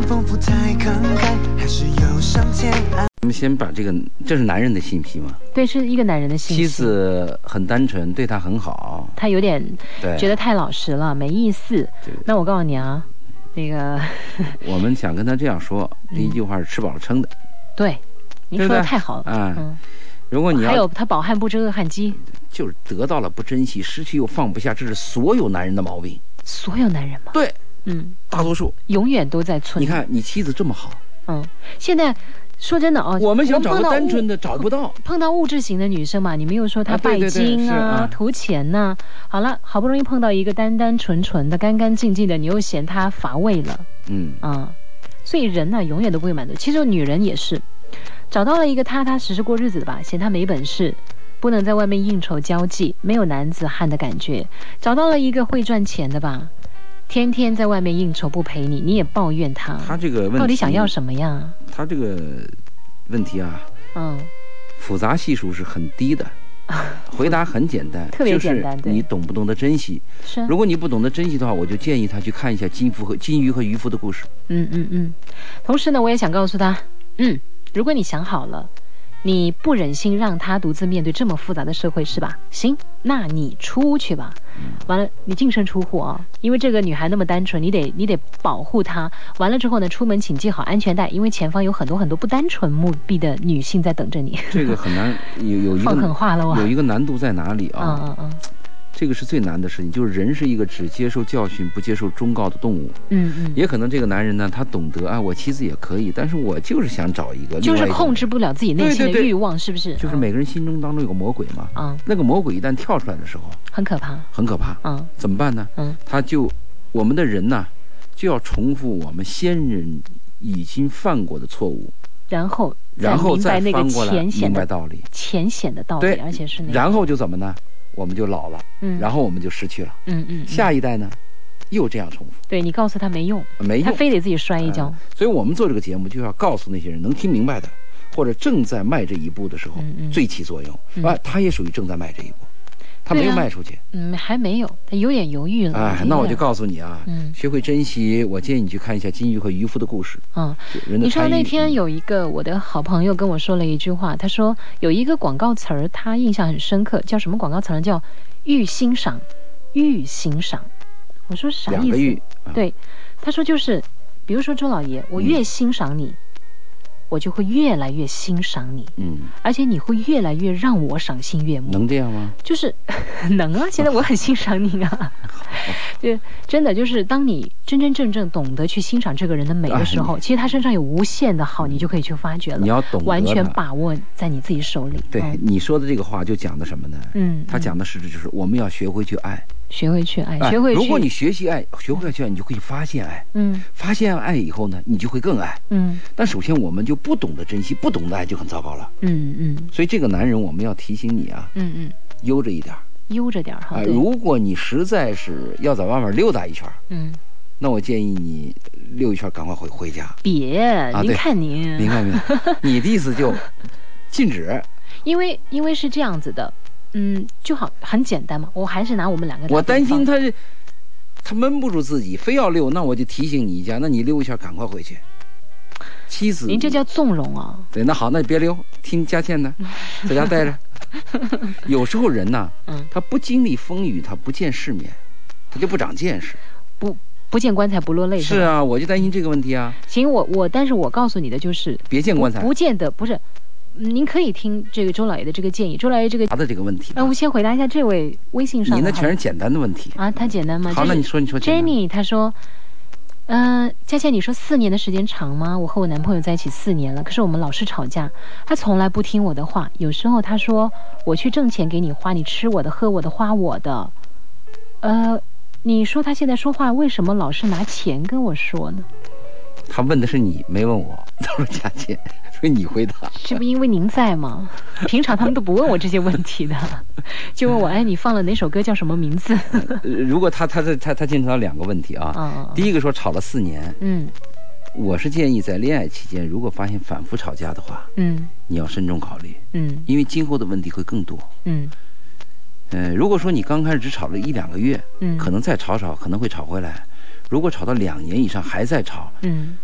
Speaker 3: 我们先把这个，这是男人的信息吗？
Speaker 2: 对是一个男人的信息，
Speaker 3: 妻子很单纯，对他很好，
Speaker 2: 他有点
Speaker 3: 对，
Speaker 2: 觉得太老实了，没意思。
Speaker 3: 对
Speaker 2: 那我告诉你啊，那个
Speaker 3: 我们想跟他这样说，第一句话是吃饱了撑的，
Speaker 2: 对，你
Speaker 3: 对
Speaker 2: 说
Speaker 3: 不对
Speaker 2: 的太好了，
Speaker 3: 啊
Speaker 2: 嗯，
Speaker 3: 如果你
Speaker 2: 还有
Speaker 3: 要
Speaker 2: 他饱汉不知饿汉饥，
Speaker 3: 就是得到了不珍惜，失去又放不下，这是所有男人的毛病。
Speaker 2: 所有男人嘛，
Speaker 3: 对，
Speaker 2: 嗯，
Speaker 3: 大多数。
Speaker 2: 永远都在村
Speaker 3: 你
Speaker 2: 里，
Speaker 3: 看你妻子这么好，
Speaker 2: 嗯，现在说真的哦，
Speaker 3: 我们想找
Speaker 2: 碰
Speaker 3: 个
Speaker 2: 到
Speaker 3: 单纯
Speaker 2: 物
Speaker 3: 的找不到，
Speaker 2: 碰到物质型的女生嘛，你们又说她
Speaker 3: 啊对
Speaker 2: 拜
Speaker 3: 对对
Speaker 2: 金
Speaker 3: 是
Speaker 2: 啊、
Speaker 3: 啊
Speaker 2: 图钱呐、好了，好不容易碰到一个单单纯纯的、干干净净的，你又嫌她乏味了
Speaker 3: 嗯，
Speaker 2: 啊、所以人呢、永远都不会满足。其实女人也是，找到了一个踏踏实实过日子的吧，嫌她没本事。不能在外面应酬交际，没有男子汉的感觉。找到了一个会赚钱的吧，天天在外面应酬不陪你，你也抱怨他，
Speaker 3: 他这个问题
Speaker 2: 到底想要什么呀？
Speaker 3: 他这个问题啊，
Speaker 2: 嗯，
Speaker 3: 复杂系数是很低 的，回答很简单，
Speaker 2: 特别简单
Speaker 3: 就
Speaker 2: 对
Speaker 3: 是你懂不懂得珍惜？
Speaker 2: 是啊。
Speaker 3: 如果你不懂得珍惜的话，我就建议他去看一下金夫和金鱼和渔夫的故事。
Speaker 2: 嗯嗯嗯，同时呢，我也想告诉他，嗯，如果你想好了，你不忍心让他独自面对这么复杂的社会，是吧？行，那你出去吧。
Speaker 3: 嗯
Speaker 2: 完了，你净身出户啊，因为这个女孩那么单纯，你得你得保护她。完了之后呢，出门请系好安全带，因为前方有很多很多不单纯目的的女性在等着你。
Speaker 3: 这个很难，有有一
Speaker 2: 放狠
Speaker 3: 个
Speaker 2: 话了哇！
Speaker 3: 有一个难度在哪里啊？
Speaker 2: 嗯嗯嗯
Speaker 3: 这个是最难的事情，就是人是一个只接受教训不接受忠告的动物。
Speaker 2: 嗯嗯，
Speaker 3: 也可能这个男人呢，他懂得啊，我妻子也可以，但是我就是想找一个，另
Speaker 2: 就
Speaker 3: 外
Speaker 2: 是
Speaker 3: 一个
Speaker 2: 控制，不了自己内心的
Speaker 3: 对对对
Speaker 2: 欲望，是不是？
Speaker 3: 就是每个人心中当中有个魔鬼嘛。
Speaker 2: 嗯，嗯
Speaker 3: 那个魔鬼一旦跳出来的时候，
Speaker 2: 很可怕。
Speaker 3: 很可怕，
Speaker 2: 嗯
Speaker 3: 怎么办呢？
Speaker 2: 嗯，
Speaker 3: 他就我们的人呐，就要重复我们先人已经犯过的错误，
Speaker 2: 然后
Speaker 3: 然后
Speaker 2: 明白
Speaker 3: 再
Speaker 2: 那个
Speaker 3: 翻过来
Speaker 2: 浅显
Speaker 3: 明白
Speaker 2: 的
Speaker 3: 道理。
Speaker 2: 浅显的道理，
Speaker 3: 对
Speaker 2: 而且是那个，
Speaker 3: 然后就怎么呢？我们就老了，
Speaker 2: 嗯，
Speaker 3: 然后我们就失去了。
Speaker 2: 嗯嗯，嗯
Speaker 3: 下一代呢，又这样重复，
Speaker 2: 对你告诉他没用，
Speaker 3: 没
Speaker 2: 他
Speaker 3: 用。
Speaker 2: 非得自己摔一跤
Speaker 3: 嗯，所以我们做这个节目就要告诉那些人能听明白的，或者正在迈这一步的时候，
Speaker 2: 嗯嗯
Speaker 3: 最起作用。
Speaker 2: 嗯
Speaker 3: 啊，他也属于正在迈这一步，他没有
Speaker 2: 对啊
Speaker 3: 迈出去。
Speaker 2: 嗯，还没有，他有点犹豫了。
Speaker 3: 哎，
Speaker 2: 有
Speaker 3: 那我就
Speaker 2: 点，
Speaker 3: 告诉你啊，
Speaker 2: 嗯
Speaker 3: 学会珍惜。我建议你去看一下金鱼和渔夫的故事。
Speaker 2: 嗯，
Speaker 3: 人的
Speaker 2: 你知道
Speaker 3: 贪欲
Speaker 2: 那天有一个我的好朋友跟我说了一句话，他说有一个广告词儿，他印象很深刻，叫什么广告词儿呢？叫“欲欣赏，欲欣赏”。我说啥
Speaker 3: 两
Speaker 2: 意
Speaker 3: 个啊玉
Speaker 2: 思？，对，他说就是，比如说周老爷，我越欣赏你，我就会越来越欣赏你。
Speaker 3: 嗯，
Speaker 2: 而且你会越来越让我赏心悦目。
Speaker 3: 能这样吗？
Speaker 2: 就是 能 啊，现在我很欣赏你啊。 就真的就是，当你真真正正懂得去欣赏这个人的美的时候，其实他身上有无限的好，你就可以去发掘了。
Speaker 3: 哎你要懂得
Speaker 2: 完全
Speaker 3: 它
Speaker 2: 把握在你自己手里。
Speaker 3: 对
Speaker 2: 嗯
Speaker 3: 你说的这个话就讲的什么呢？
Speaker 2: 嗯，
Speaker 3: 他讲的实质就是我们要学会去爱，
Speaker 2: 学会去爱，
Speaker 3: 哎
Speaker 2: 嗯学会去。
Speaker 3: 如果你学习爱，学会去爱，你就会发现爱，
Speaker 2: 嗯
Speaker 3: 发现爱以后呢，你就会更爱。
Speaker 2: 嗯
Speaker 3: 但首先我们就不懂得珍惜，不懂得爱就很糟糕了。
Speaker 2: 嗯嗯
Speaker 3: 所以这个男人，我们要提醒你啊，
Speaker 2: 嗯嗯，
Speaker 3: 悠着一点儿
Speaker 2: 悠着点儿
Speaker 3: 啊、
Speaker 2: 哈。对，
Speaker 3: 如果你实在是要在外面溜达一圈儿，
Speaker 2: 嗯，
Speaker 3: 那我建议你溜一圈儿，赶快回回家。
Speaker 2: 别，您
Speaker 3: 啊对
Speaker 2: 看您，
Speaker 3: 明白没 有？你的意思就禁止。
Speaker 2: 因为因为是这样子的，嗯，就好很简单嘛。我还是拿我们两个打
Speaker 3: 我担
Speaker 2: 比方
Speaker 3: 心他是他闷不住自己，非要溜，那我就提醒你一下，那你溜一圈，赶快回去。妻子，
Speaker 2: 您这叫纵容啊！
Speaker 3: 对，那好，那你别溜，听佳倩的，在家 待着。有时候人呐，
Speaker 2: 嗯，
Speaker 3: 他不经历风雨，他不见世面，他就不长见识。
Speaker 2: 不不见棺材不落泪
Speaker 3: 是
Speaker 2: 吧
Speaker 3: 啊，我就担心这个问题啊，
Speaker 2: 行，我我，但是我告诉你的就是，
Speaker 3: 别见棺材
Speaker 2: 不见得不是。嗯您可以听这个周老爷的这个建议，周老爷这个，
Speaker 3: 答的这个问题
Speaker 2: 哎、
Speaker 3: 啊。
Speaker 2: 我先回答一下这位微信上
Speaker 3: 你
Speaker 2: 的
Speaker 3: 那
Speaker 2: 好
Speaker 3: 全是简单的问题。
Speaker 2: 啊，他简单吗？
Speaker 3: 好，
Speaker 2: 就
Speaker 3: 那
Speaker 2: 是
Speaker 3: 你说，你说简单
Speaker 2: Jenny 她说，嗯、佳倩，你说四年的时间长吗？我和我男朋友在一起四年了，可是我们老是吵架，他从来不听我的话。有时候他说我去挣钱给你花，你吃我的，喝我的，花我的。呃，你说他现在说话为什么老是拿钱跟我说呢？
Speaker 3: 他问的是你，没问我。 他说佳倩，所以你回答。
Speaker 2: 这不因为您 在吗？平常他们都不问我这些问题的，就问我哎，你放了哪首歌，叫什么 名字？
Speaker 3: 呃如果他他他他他牵扯到两个问题啊，
Speaker 2: 啊，
Speaker 3: 第一个说吵了四年，
Speaker 2: 嗯
Speaker 3: 我是建议在恋爱期间，如果发现反复吵架的话，
Speaker 2: 嗯
Speaker 3: 你要慎重考虑，
Speaker 2: 嗯
Speaker 3: 因为今后的问题会更多。
Speaker 2: 嗯
Speaker 3: 嗯、如果说你刚开始只炒了一两个月，
Speaker 2: 嗯，
Speaker 3: 可能再炒炒可能会炒回来。如果炒到两年以上还在炒，
Speaker 2: 嗯，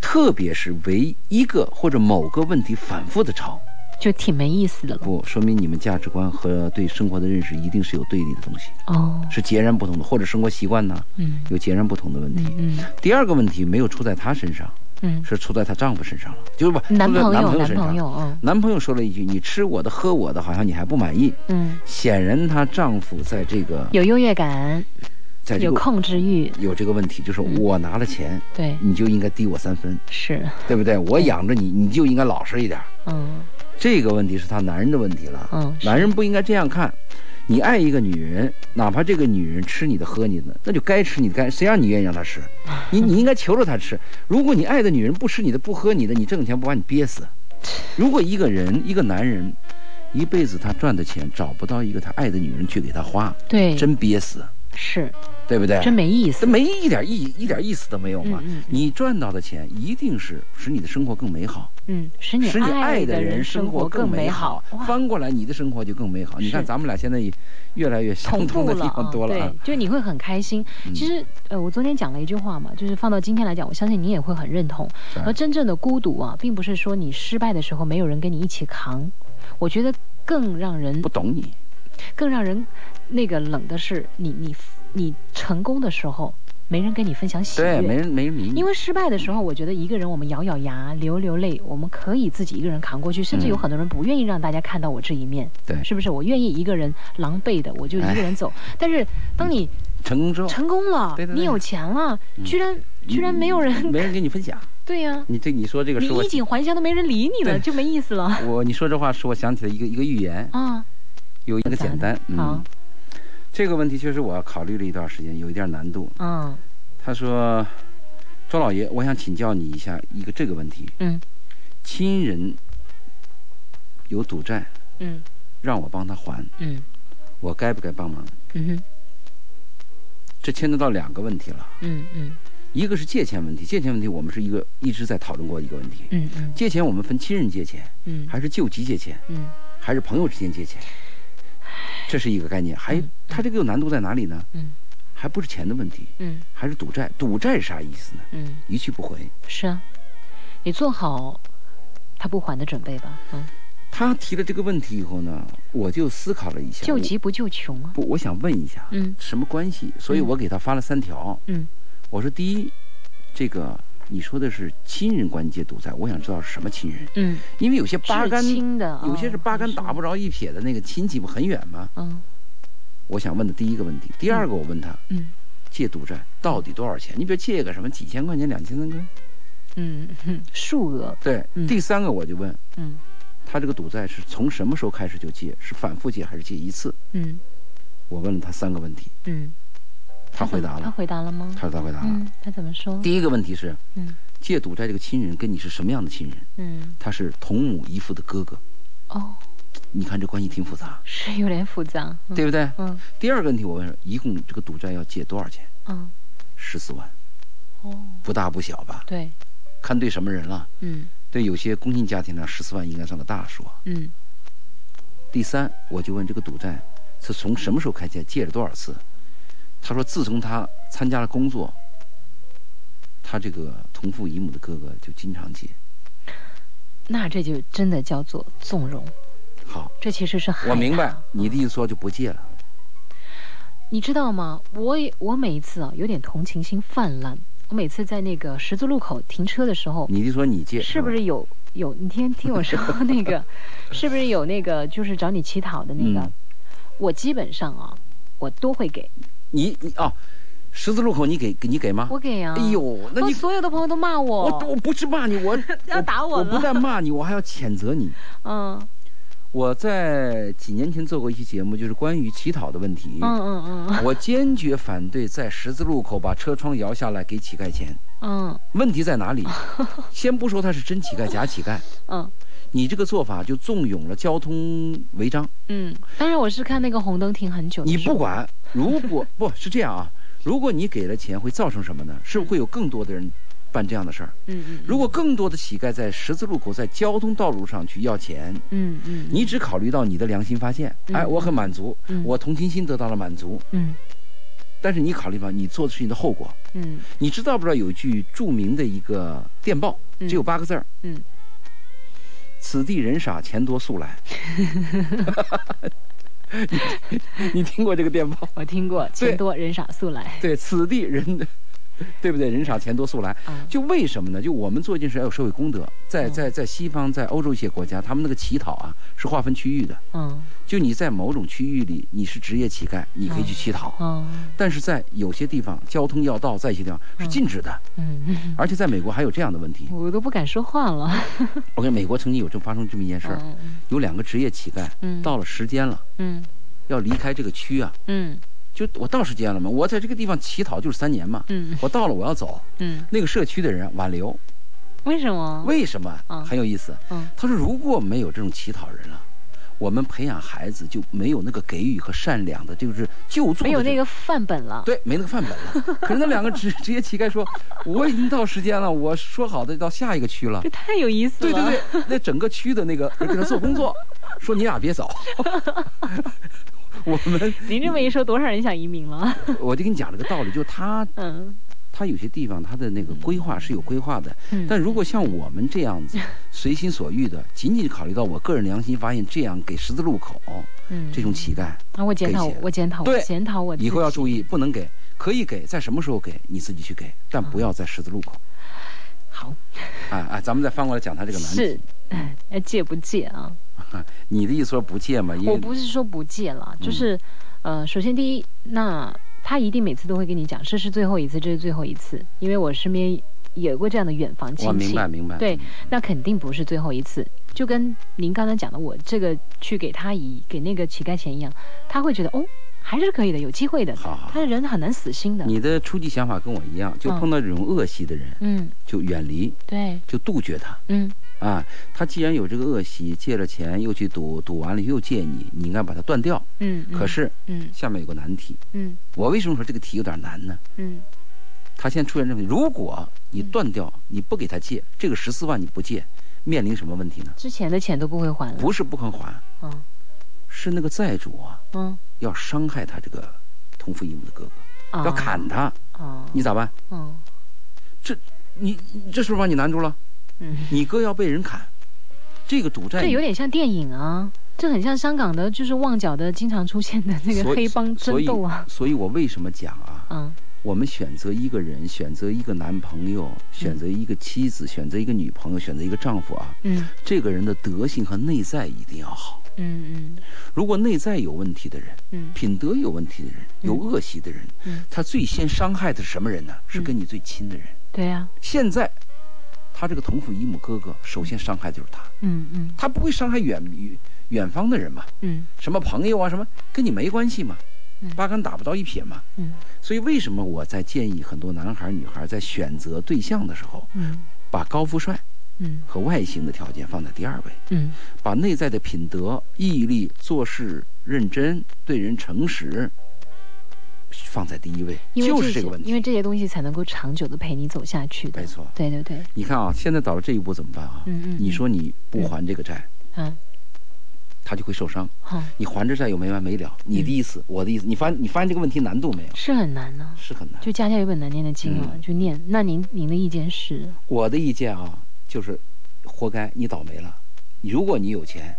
Speaker 3: 特别是为一个或者某个问题反复的炒，
Speaker 2: 就挺没意思的了。
Speaker 3: 不说明你们价值观和对生活的认识一定是有对立的东西，
Speaker 2: 哦，
Speaker 3: 是截然不同的，或者生活习惯呢
Speaker 2: 嗯
Speaker 3: 有截然不同的问题。
Speaker 2: 嗯嗯
Speaker 3: 第二个问题没有出在她身上，
Speaker 2: 嗯，
Speaker 3: 是出在她丈夫身上了，就是不
Speaker 2: 男
Speaker 3: 出在
Speaker 2: 朋
Speaker 3: 男
Speaker 2: 友
Speaker 3: 朋友
Speaker 2: 男
Speaker 3: 身上
Speaker 2: 朋
Speaker 3: 了。
Speaker 2: 友啊，
Speaker 3: 男朋友说了一句：“你吃我的，喝我的，好像你还不满意。
Speaker 2: 嗯”，
Speaker 3: 显然，她丈夫在这个
Speaker 2: 有优越感，
Speaker 3: 在这
Speaker 2: 有
Speaker 3: 个
Speaker 2: 控制欲，
Speaker 3: 有这个问题，
Speaker 2: 嗯
Speaker 3: 就是我拿了钱，
Speaker 2: 对，
Speaker 3: 你就应该低我三分，
Speaker 2: 是，
Speaker 3: 对不对？我养着你，你就应该老实一点。
Speaker 2: 嗯
Speaker 3: 这个问题是她男人的问题了。
Speaker 2: 嗯，是
Speaker 3: 男人不应该这样看。你爱一个女人，哪怕这个女人吃你的、喝你的，那就该吃你的，该谁让你愿意让她 吃？你你应该求着她吃。如果你爱的女人不吃你的、不喝你的，你挣钱不把你憋 死？如果一个人、一个男人，一辈子他赚的钱找不到一个他爱的女人去给他花，
Speaker 2: 对，
Speaker 3: 真憋死，
Speaker 2: 是
Speaker 3: 对不对？
Speaker 2: 嗯真没意思
Speaker 3: 这，没一点意一点意思都没有嘛。
Speaker 2: 嗯嗯嗯
Speaker 3: 你赚到的钱一定是使你的生活更美好。
Speaker 2: 嗯，使你
Speaker 3: 使你爱的
Speaker 2: 的
Speaker 3: 人
Speaker 2: 生
Speaker 3: 生活
Speaker 2: 更
Speaker 3: 更美好
Speaker 2: 好，，哇，
Speaker 3: 翻过来你的生活就更美好。你看
Speaker 2: 是
Speaker 3: 咱们俩现在也越来越相
Speaker 2: 同
Speaker 3: 同
Speaker 2: 步
Speaker 3: 的地
Speaker 2: 了
Speaker 3: 方
Speaker 2: 啊，
Speaker 3: 多了嗯啊
Speaker 2: 对。，就你会很开心。其实，呃，我昨天讲了一句话嘛，就是放到今天来讲，我相信你也会很认同。
Speaker 3: 是
Speaker 2: 而真正的孤独啊，并不是说你失败的时候没有人跟你一起扛，我觉得更让人
Speaker 3: 不懂你，
Speaker 2: 更让人那个冷的是你你你成功的时候，没人跟你分享喜
Speaker 3: 对，
Speaker 2: 悦。
Speaker 3: 没人没人理你。
Speaker 2: 因为失败的时候，我觉得一个人我们咬咬牙、流流泪，我们可以自己一个人扛过去。甚至有
Speaker 3: 嗯
Speaker 2: 很多人不愿意让大家看到我这一面，
Speaker 3: 对
Speaker 2: 是不是？我愿意一个人狼狈的，我就一个人走。但是当你
Speaker 3: 成功之后，
Speaker 2: 成功了，
Speaker 3: 哎嗯对对对
Speaker 2: 你有钱了，居然居然没有人，
Speaker 3: 没人跟你分享。
Speaker 2: 对呀、
Speaker 3: 你这你说这个
Speaker 2: 你
Speaker 3: 是我
Speaker 2: 衣锦还乡都没人理你了，
Speaker 3: 对
Speaker 2: 就没意思了
Speaker 3: 我你说这话使我想起了一个一个寓言，
Speaker 2: 啊。
Speaker 3: 有一个
Speaker 2: 咋的
Speaker 3: 简单。嗯
Speaker 2: 好，
Speaker 3: 这个问题确实我考虑了一段时间，有一点难度。
Speaker 2: 嗯
Speaker 3: 他说：“周老爷，我想请教你一下一个这个问题。
Speaker 2: 嗯
Speaker 3: 亲人有赌债，
Speaker 2: 嗯
Speaker 3: 让我帮他还，
Speaker 2: 嗯
Speaker 3: 我该不该帮忙？”
Speaker 2: 嗯哼
Speaker 3: 这牵扯到两个问题了，
Speaker 2: 嗯嗯
Speaker 3: 一个是借钱问题，借钱问题我们是一个一直在讨论过一个问题。
Speaker 2: 嗯嗯
Speaker 3: 借钱我们分亲人借钱，
Speaker 2: 嗯
Speaker 3: 还是救急借钱，
Speaker 2: 嗯
Speaker 3: 还是朋友之间借钱，这是一个概念。还它这个有难度在哪里呢？
Speaker 2: 嗯
Speaker 3: 还不是钱的问题，
Speaker 2: 嗯
Speaker 3: 还是赌债。赌债是啥意思呢？
Speaker 2: 嗯，
Speaker 3: 一去不回。
Speaker 2: 是啊，你做好他不还的准备吧。嗯，
Speaker 3: 他提了这个问题以后呢，我就思考了一下。
Speaker 2: 救
Speaker 3: 我
Speaker 2: 急不救穷啊。
Speaker 3: 不，我想问一下，
Speaker 2: 嗯
Speaker 3: 什么关系？所以我给他发了三条。
Speaker 2: 嗯
Speaker 3: 我说第一，这个你说的是亲人关系借赌债，我想知道是什么亲人，
Speaker 2: 嗯，
Speaker 3: 因为有些八竿
Speaker 2: 至亲的，啊
Speaker 3: 有些是八竿打不。着一撇的那个亲戚不很远吗？
Speaker 2: 嗯
Speaker 3: 我想问的第一个问题，第二个我问他
Speaker 2: 嗯
Speaker 3: 借赌债到底多少钱？你比如借个什么几千块钱、两千三块，
Speaker 2: 嗯嗯，数额。
Speaker 3: 对。
Speaker 2: 嗯
Speaker 3: 第三个我就问
Speaker 2: 嗯
Speaker 3: 他这个赌债是从什么时候开始就借，是反复借还是借一次？
Speaker 2: 嗯
Speaker 3: 我问了他三个问题，
Speaker 2: 嗯，
Speaker 3: 他回答
Speaker 2: 怎么他
Speaker 3: 了，
Speaker 2: 回答了吗？
Speaker 3: 他说他回答了。
Speaker 2: 哦嗯，他怎么说？
Speaker 3: 第一个问题是
Speaker 2: 嗯
Speaker 3: 借赌债这个亲人跟你是什么样的亲人？
Speaker 2: 嗯，
Speaker 3: 他是同母异父的哥哥，
Speaker 2: 哦，
Speaker 3: 你看这关系挺复杂，
Speaker 2: 是有点复杂。嗯
Speaker 3: 对不对？
Speaker 2: 嗯
Speaker 3: 第二个问题我问，一共这个赌债要借多少钱？
Speaker 2: 嗯
Speaker 3: 十四万，
Speaker 2: 哦，
Speaker 3: 不大不小吧？
Speaker 2: 对，
Speaker 3: 看对什么人了。
Speaker 2: 嗯
Speaker 3: 对有些工薪家庭呢，十四万应该算个大数。啊。
Speaker 2: 嗯
Speaker 3: 第三，我就问这个赌债是从什么时候开始借了多少次？他说，自从他参加了工作，他这个同父异母的哥哥就经常借。
Speaker 2: 那这就真的叫做纵容，
Speaker 3: 好，
Speaker 2: 这其实是害
Speaker 3: 我明白
Speaker 2: 怕
Speaker 3: 你的意思，说就不借了。
Speaker 2: 你知道吗？我也我每一次啊，有点同情心泛滥。我每次在那个十字路口停车的时候，
Speaker 3: 你的说你借
Speaker 2: 是不
Speaker 3: 吧
Speaker 2: 是有有？你天天听我说 那个，是不是有那个就是找你乞讨的那个？
Speaker 3: 嗯
Speaker 2: 我基本上啊，我都会给，
Speaker 3: 你你哦，十字路口你给你给吗？
Speaker 2: 我给啊。
Speaker 3: 哎呦，那
Speaker 2: 我
Speaker 3: 你
Speaker 2: 所有的朋友都骂我，
Speaker 3: 我我不是骂你，我
Speaker 2: 要打
Speaker 3: 我
Speaker 2: 我了
Speaker 3: 不但骂你，我还要谴责你。
Speaker 2: 嗯
Speaker 3: 我在几年前做过一期节目，就是关于乞讨的问题。
Speaker 2: 嗯嗯嗯
Speaker 3: 我坚决反对在十字路口把车窗摇下来给乞丐钱。
Speaker 2: 嗯
Speaker 3: 问题在哪里？先不说他是真乞丐假乞丐，
Speaker 2: 嗯
Speaker 3: 你这个做法就纵容了交通违章。
Speaker 2: 嗯。当然我是看那个红灯停很久的
Speaker 3: 你
Speaker 2: 时候，
Speaker 3: 不管，如果不是这样啊，如果你给了钱，会造成什么呢？是会有更多的人办这样的事儿。
Speaker 2: 嗯嗯，
Speaker 3: 如果更多的乞丐在十字路口、在交通道路上去要钱，
Speaker 2: 嗯嗯，
Speaker 3: 你只考虑到你的良心发现，
Speaker 2: 嗯
Speaker 3: 哎，我很满足，
Speaker 2: 嗯
Speaker 3: 我同情心得到了满足，
Speaker 2: 嗯
Speaker 3: 但是你考虑吧，你做的事情的后果。
Speaker 2: 嗯
Speaker 3: 你知道不知道有一句著名的一个电报，
Speaker 2: 嗯
Speaker 3: 只有八个字儿，
Speaker 2: 嗯，
Speaker 3: 此地人傻钱多速来。 你 你听过这个电 报？
Speaker 2: 我听过，钱多人傻速来
Speaker 3: 对，此地人， 对不对？人傻钱多速来。
Speaker 2: 啊，
Speaker 3: 就为什么呢？就我们做一件事要有社会公德，在
Speaker 2: 嗯
Speaker 3: 在在西方，在欧洲一些国家，他们那个乞讨啊是划分区域的，
Speaker 2: 嗯
Speaker 3: 就你在某种区域里你是职业乞丐，你可以去乞讨，
Speaker 2: 嗯
Speaker 3: 但是在有些地方，交通要道在一些地方是
Speaker 2: 嗯
Speaker 3: 禁止的，
Speaker 2: 嗯，
Speaker 3: 而且在美国还有这样的问题。
Speaker 2: 我都不敢说话了。
Speaker 3: 我跟美国曾经有这发生这么一件事儿，
Speaker 2: 嗯
Speaker 3: 有两个职业乞丐
Speaker 2: 嗯，
Speaker 3: 到了时间了，
Speaker 2: 嗯
Speaker 3: 要离开这个区啊，
Speaker 2: 嗯
Speaker 3: 就我到时间了嘛，我在这个地方乞讨就是三年嘛，
Speaker 2: 嗯
Speaker 3: 我到了我要走，
Speaker 2: 嗯，
Speaker 3: 那个社区的人挽留，
Speaker 2: 为什么？
Speaker 3: 为什么
Speaker 2: 嗯？
Speaker 3: 很有意思。
Speaker 2: 嗯
Speaker 3: 他说如果没有这种乞讨人了，我们培养孩子就没有那个给予和善良的，就是救助的
Speaker 2: 没有
Speaker 3: 这
Speaker 2: 那个范本了。
Speaker 3: 对，没那个范本 了。可是那两个职职业乞丐说，我已经到时间了，我说好的到下一个区了
Speaker 2: 这。太有意思
Speaker 3: 对
Speaker 2: 了。
Speaker 3: 对对，那整个区的那个给他做工 作，说你俩别走。我们
Speaker 2: 您这么一说，多少人想移民了？
Speaker 3: 我就跟你讲这个道理，就他
Speaker 2: 嗯
Speaker 3: 他有些地方他的那个规划是有规划的，
Speaker 2: 嗯，
Speaker 3: 但如果像我们这样 子随心所欲的，仅仅考虑到我个人良心，发现这样给十字路口
Speaker 2: 嗯
Speaker 3: 这种乞丐，
Speaker 2: 啊，我检讨
Speaker 3: 给
Speaker 2: 我
Speaker 3: 钱，
Speaker 2: 我检讨我，
Speaker 3: 对
Speaker 2: 检讨我自己。
Speaker 3: 以后要注意，不能给，可以给，在什么时候给你自己去给，但不要在十字路口。
Speaker 2: 好，
Speaker 3: 啊啊，咱们再翻过来讲他这个难
Speaker 2: 是
Speaker 3: 题。，
Speaker 2: 哎，戒不戒啊？
Speaker 3: 你嗯的意思说不戒嘛？因
Speaker 2: 我
Speaker 3: 为
Speaker 2: 不是说不戒了，就是，呃，首先第一，那他一定每次都会跟你讲，这是最后一次，这是最后一次，因为我身边有过这样的远房
Speaker 3: 我
Speaker 2: 亲戚
Speaker 3: 明，白明白。
Speaker 2: 对，那肯定不是最后一次。就跟您刚才讲的，我这个去给他以给那个乞丐钱一样，他会觉得哦，还是可以的，有机会的。
Speaker 3: 好好好
Speaker 2: 他的人很难死心的。
Speaker 3: 你的初级想法跟我一样，就
Speaker 2: 嗯
Speaker 3: 碰到这种恶习的人，
Speaker 2: 嗯，
Speaker 3: 就远离，
Speaker 2: 对，
Speaker 3: 就杜绝他。
Speaker 2: 嗯
Speaker 3: 啊，他既然有这个恶习，借了钱又去赌，赌完了又借你，你应该把它断掉。
Speaker 2: 嗯。嗯
Speaker 3: 可，是
Speaker 2: 嗯
Speaker 3: 下面有个难题，
Speaker 2: 嗯
Speaker 3: 我为什么说这个题有点难呢？
Speaker 2: 嗯
Speaker 3: 他现在出现这个问题，如果你断掉，你不给他借这个十四万，你不借，面临什么问题呢？
Speaker 2: 之前的钱都不会还了。
Speaker 3: 不是不肯还，
Speaker 2: 嗯
Speaker 3: 是那个债主啊
Speaker 2: 嗯
Speaker 3: 要伤害他这个同父异母的哥哥，
Speaker 2: 啊
Speaker 3: 要砍他，
Speaker 2: 啊，
Speaker 3: 你咋办？
Speaker 2: 嗯
Speaker 3: 这你你这是不是把你难住了？
Speaker 2: 嗯，
Speaker 3: 你哥要被人砍，这个赌债
Speaker 2: 这有点像电影啊，这很像香港的，就是旺角的经常出现的那个
Speaker 3: 所以
Speaker 2: 黑帮
Speaker 3: 所
Speaker 2: 争
Speaker 3: 以
Speaker 2: 斗啊。
Speaker 3: 所以我为什么讲啊？
Speaker 2: 嗯
Speaker 3: 我们选择一个人，选择一个男朋友，选择一个妻子，选择一个女朋友，选择一个丈夫啊，
Speaker 2: 嗯
Speaker 3: 这个人的德性和内在一定要好。
Speaker 2: 嗯
Speaker 3: 如果内在有问题的人，
Speaker 2: 嗯
Speaker 3: 品德有问题的人，有恶习的人，
Speaker 2: 嗯，
Speaker 3: 他最先伤害的是什么人呢？是跟你最亲的人。
Speaker 2: 对啊呀，
Speaker 3: 现在，他这个同父异母哥哥，首先伤害的就是他，
Speaker 2: 嗯嗯
Speaker 3: 他不会伤害远远方的人嘛，
Speaker 2: 嗯
Speaker 3: 什么朋友啊，什么跟你没关系嘛
Speaker 2: 嗯，
Speaker 3: 八竿打不到一撇嘛。
Speaker 2: 嗯
Speaker 3: 所以为什么我在建议很多男孩儿女孩儿在选择对象的时候，
Speaker 2: 嗯
Speaker 3: 把高富帅
Speaker 2: 嗯
Speaker 3: 和外形的条件放在第二位，
Speaker 2: 嗯
Speaker 3: 把内在的品德、毅力、做事认真、对人诚实放在第一位，
Speaker 2: 因为
Speaker 3: 就是
Speaker 2: 些
Speaker 3: 这个问
Speaker 2: 因为
Speaker 3: 题。
Speaker 2: 这些东西才能够长久的陪你走下去的。
Speaker 3: 没错
Speaker 2: 对对对，
Speaker 3: 你看啊，现在到了这一步怎么办啊？
Speaker 2: 嗯嗯嗯
Speaker 3: 你说你不还这个债，
Speaker 2: 嗯，
Speaker 3: 他就会受伤。
Speaker 2: 好，
Speaker 3: 你还这债又没完没了，你
Speaker 2: 嗯
Speaker 3: 的意思，我的意思，你发你发现这个问题难度没有？
Speaker 2: 是很难呢，
Speaker 3: 是很难。
Speaker 2: 就家家有本难念的经
Speaker 3: 嗯
Speaker 2: 啊，就念。那您您的意见是？
Speaker 3: 我的意见啊，就是活该你倒霉了。如果你有钱，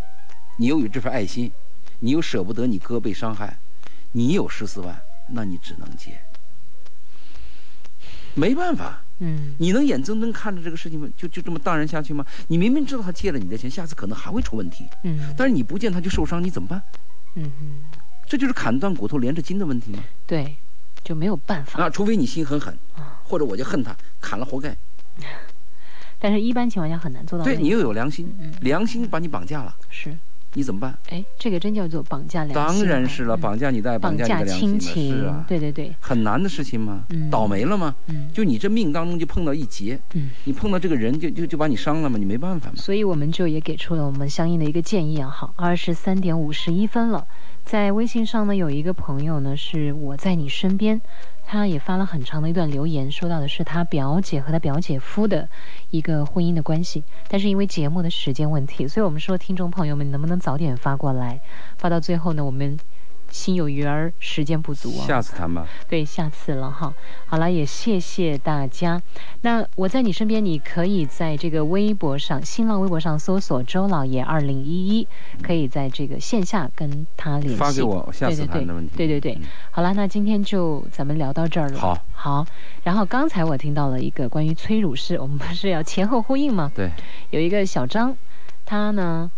Speaker 3: 你又有这份爱心，你又舍不得你哥被伤害，你有十四万，那你只能借。没办法，
Speaker 2: 嗯
Speaker 3: 你能眼睁睁看着这个事情就就这么荡然下去吗？你明明知道他借了你的钱，下次可能还会出问题，
Speaker 2: 嗯
Speaker 3: 但是你不见他就受伤，你怎么办？
Speaker 2: 嗯嗯，
Speaker 3: 这就是砍断骨头连着筋的问题吗？
Speaker 2: 对，就没有办法。
Speaker 3: 啊，除非你心很狠
Speaker 2: 啊，
Speaker 3: 或者我就恨他，砍了活该。
Speaker 2: 但是一般情况下很难做到那
Speaker 3: 对
Speaker 2: 样。
Speaker 3: 你又有良心
Speaker 2: 嗯，
Speaker 3: 良心把你绑架了，
Speaker 2: 是，
Speaker 3: 你怎么办？
Speaker 2: 哎，这个真叫做绑架良心啊。
Speaker 3: 当然是了，
Speaker 2: 嗯
Speaker 3: 绑架你的爱，
Speaker 2: 绑
Speaker 3: 架你的良
Speaker 2: 亲
Speaker 3: 心了，
Speaker 2: 情。
Speaker 3: 是啊，
Speaker 2: 对对对，
Speaker 3: 很难的事情吗
Speaker 2: 嗯？
Speaker 3: 倒霉了吗？
Speaker 2: 嗯，
Speaker 3: 就你这命当中就碰到一劫，
Speaker 2: 嗯。
Speaker 3: 你碰到这个人就就就把你伤了吗？你没办法嘛。
Speaker 2: 所以我们就也给出了我们相应的一个建议啊。好，二十三点五十一分了，在微信上呢有一个朋友呢是我在你身边，他也发了很长的一段留言，说到的是他表姐和他表姐夫的一个婚姻的关系。但是因为节目的时间问题，所以我们说听众朋友们能不能早点发过来？发到最后呢，我们心有余而时间不足啊。
Speaker 3: 下次谈吧。
Speaker 2: 对，下次了哈。好了，也谢谢大家。那我在你身边，你可以在这个微博上、新浪微博上搜索“周老爷二零一一”，可以在这个线下跟他联系。
Speaker 3: 发给我，下次谈的问题。
Speaker 2: 对对对，
Speaker 3: 嗯
Speaker 2: 好了，那今天就咱们聊到这儿了。
Speaker 3: 好，
Speaker 2: 好。然后刚才我听到了一个关于催乳师，我们不是要前后呼应吗？
Speaker 3: 对，
Speaker 2: 有一个小张，他呢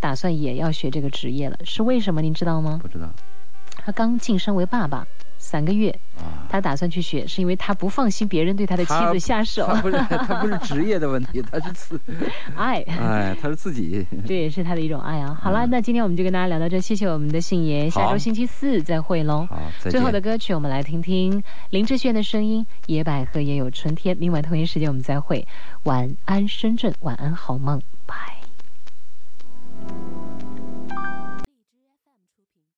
Speaker 2: 打算也要学这个职业了，是为什么？您知道吗？
Speaker 3: 不知道
Speaker 2: 他刚晋升为爸爸三个月，
Speaker 3: 啊。
Speaker 2: 他打算去学，是因为他不放心别人对他的妻
Speaker 3: 他
Speaker 2: 子下手。
Speaker 3: 他不是 他不是职业的问题，他嗯是 自
Speaker 2: 爱，
Speaker 3: 哎，他是自己。
Speaker 2: 这也是他的一种爱啊。好了，那今天我们就跟大家聊到这，谢谢我们的信爷，下
Speaker 3: 好
Speaker 2: 周星期四再会喽。
Speaker 3: 好，再见。
Speaker 2: 最后的歌曲，我们来听听林志炫的声音，《野百合也有春天》。明晚同一时间我们再会，晚安深圳，晚安好梦，拜。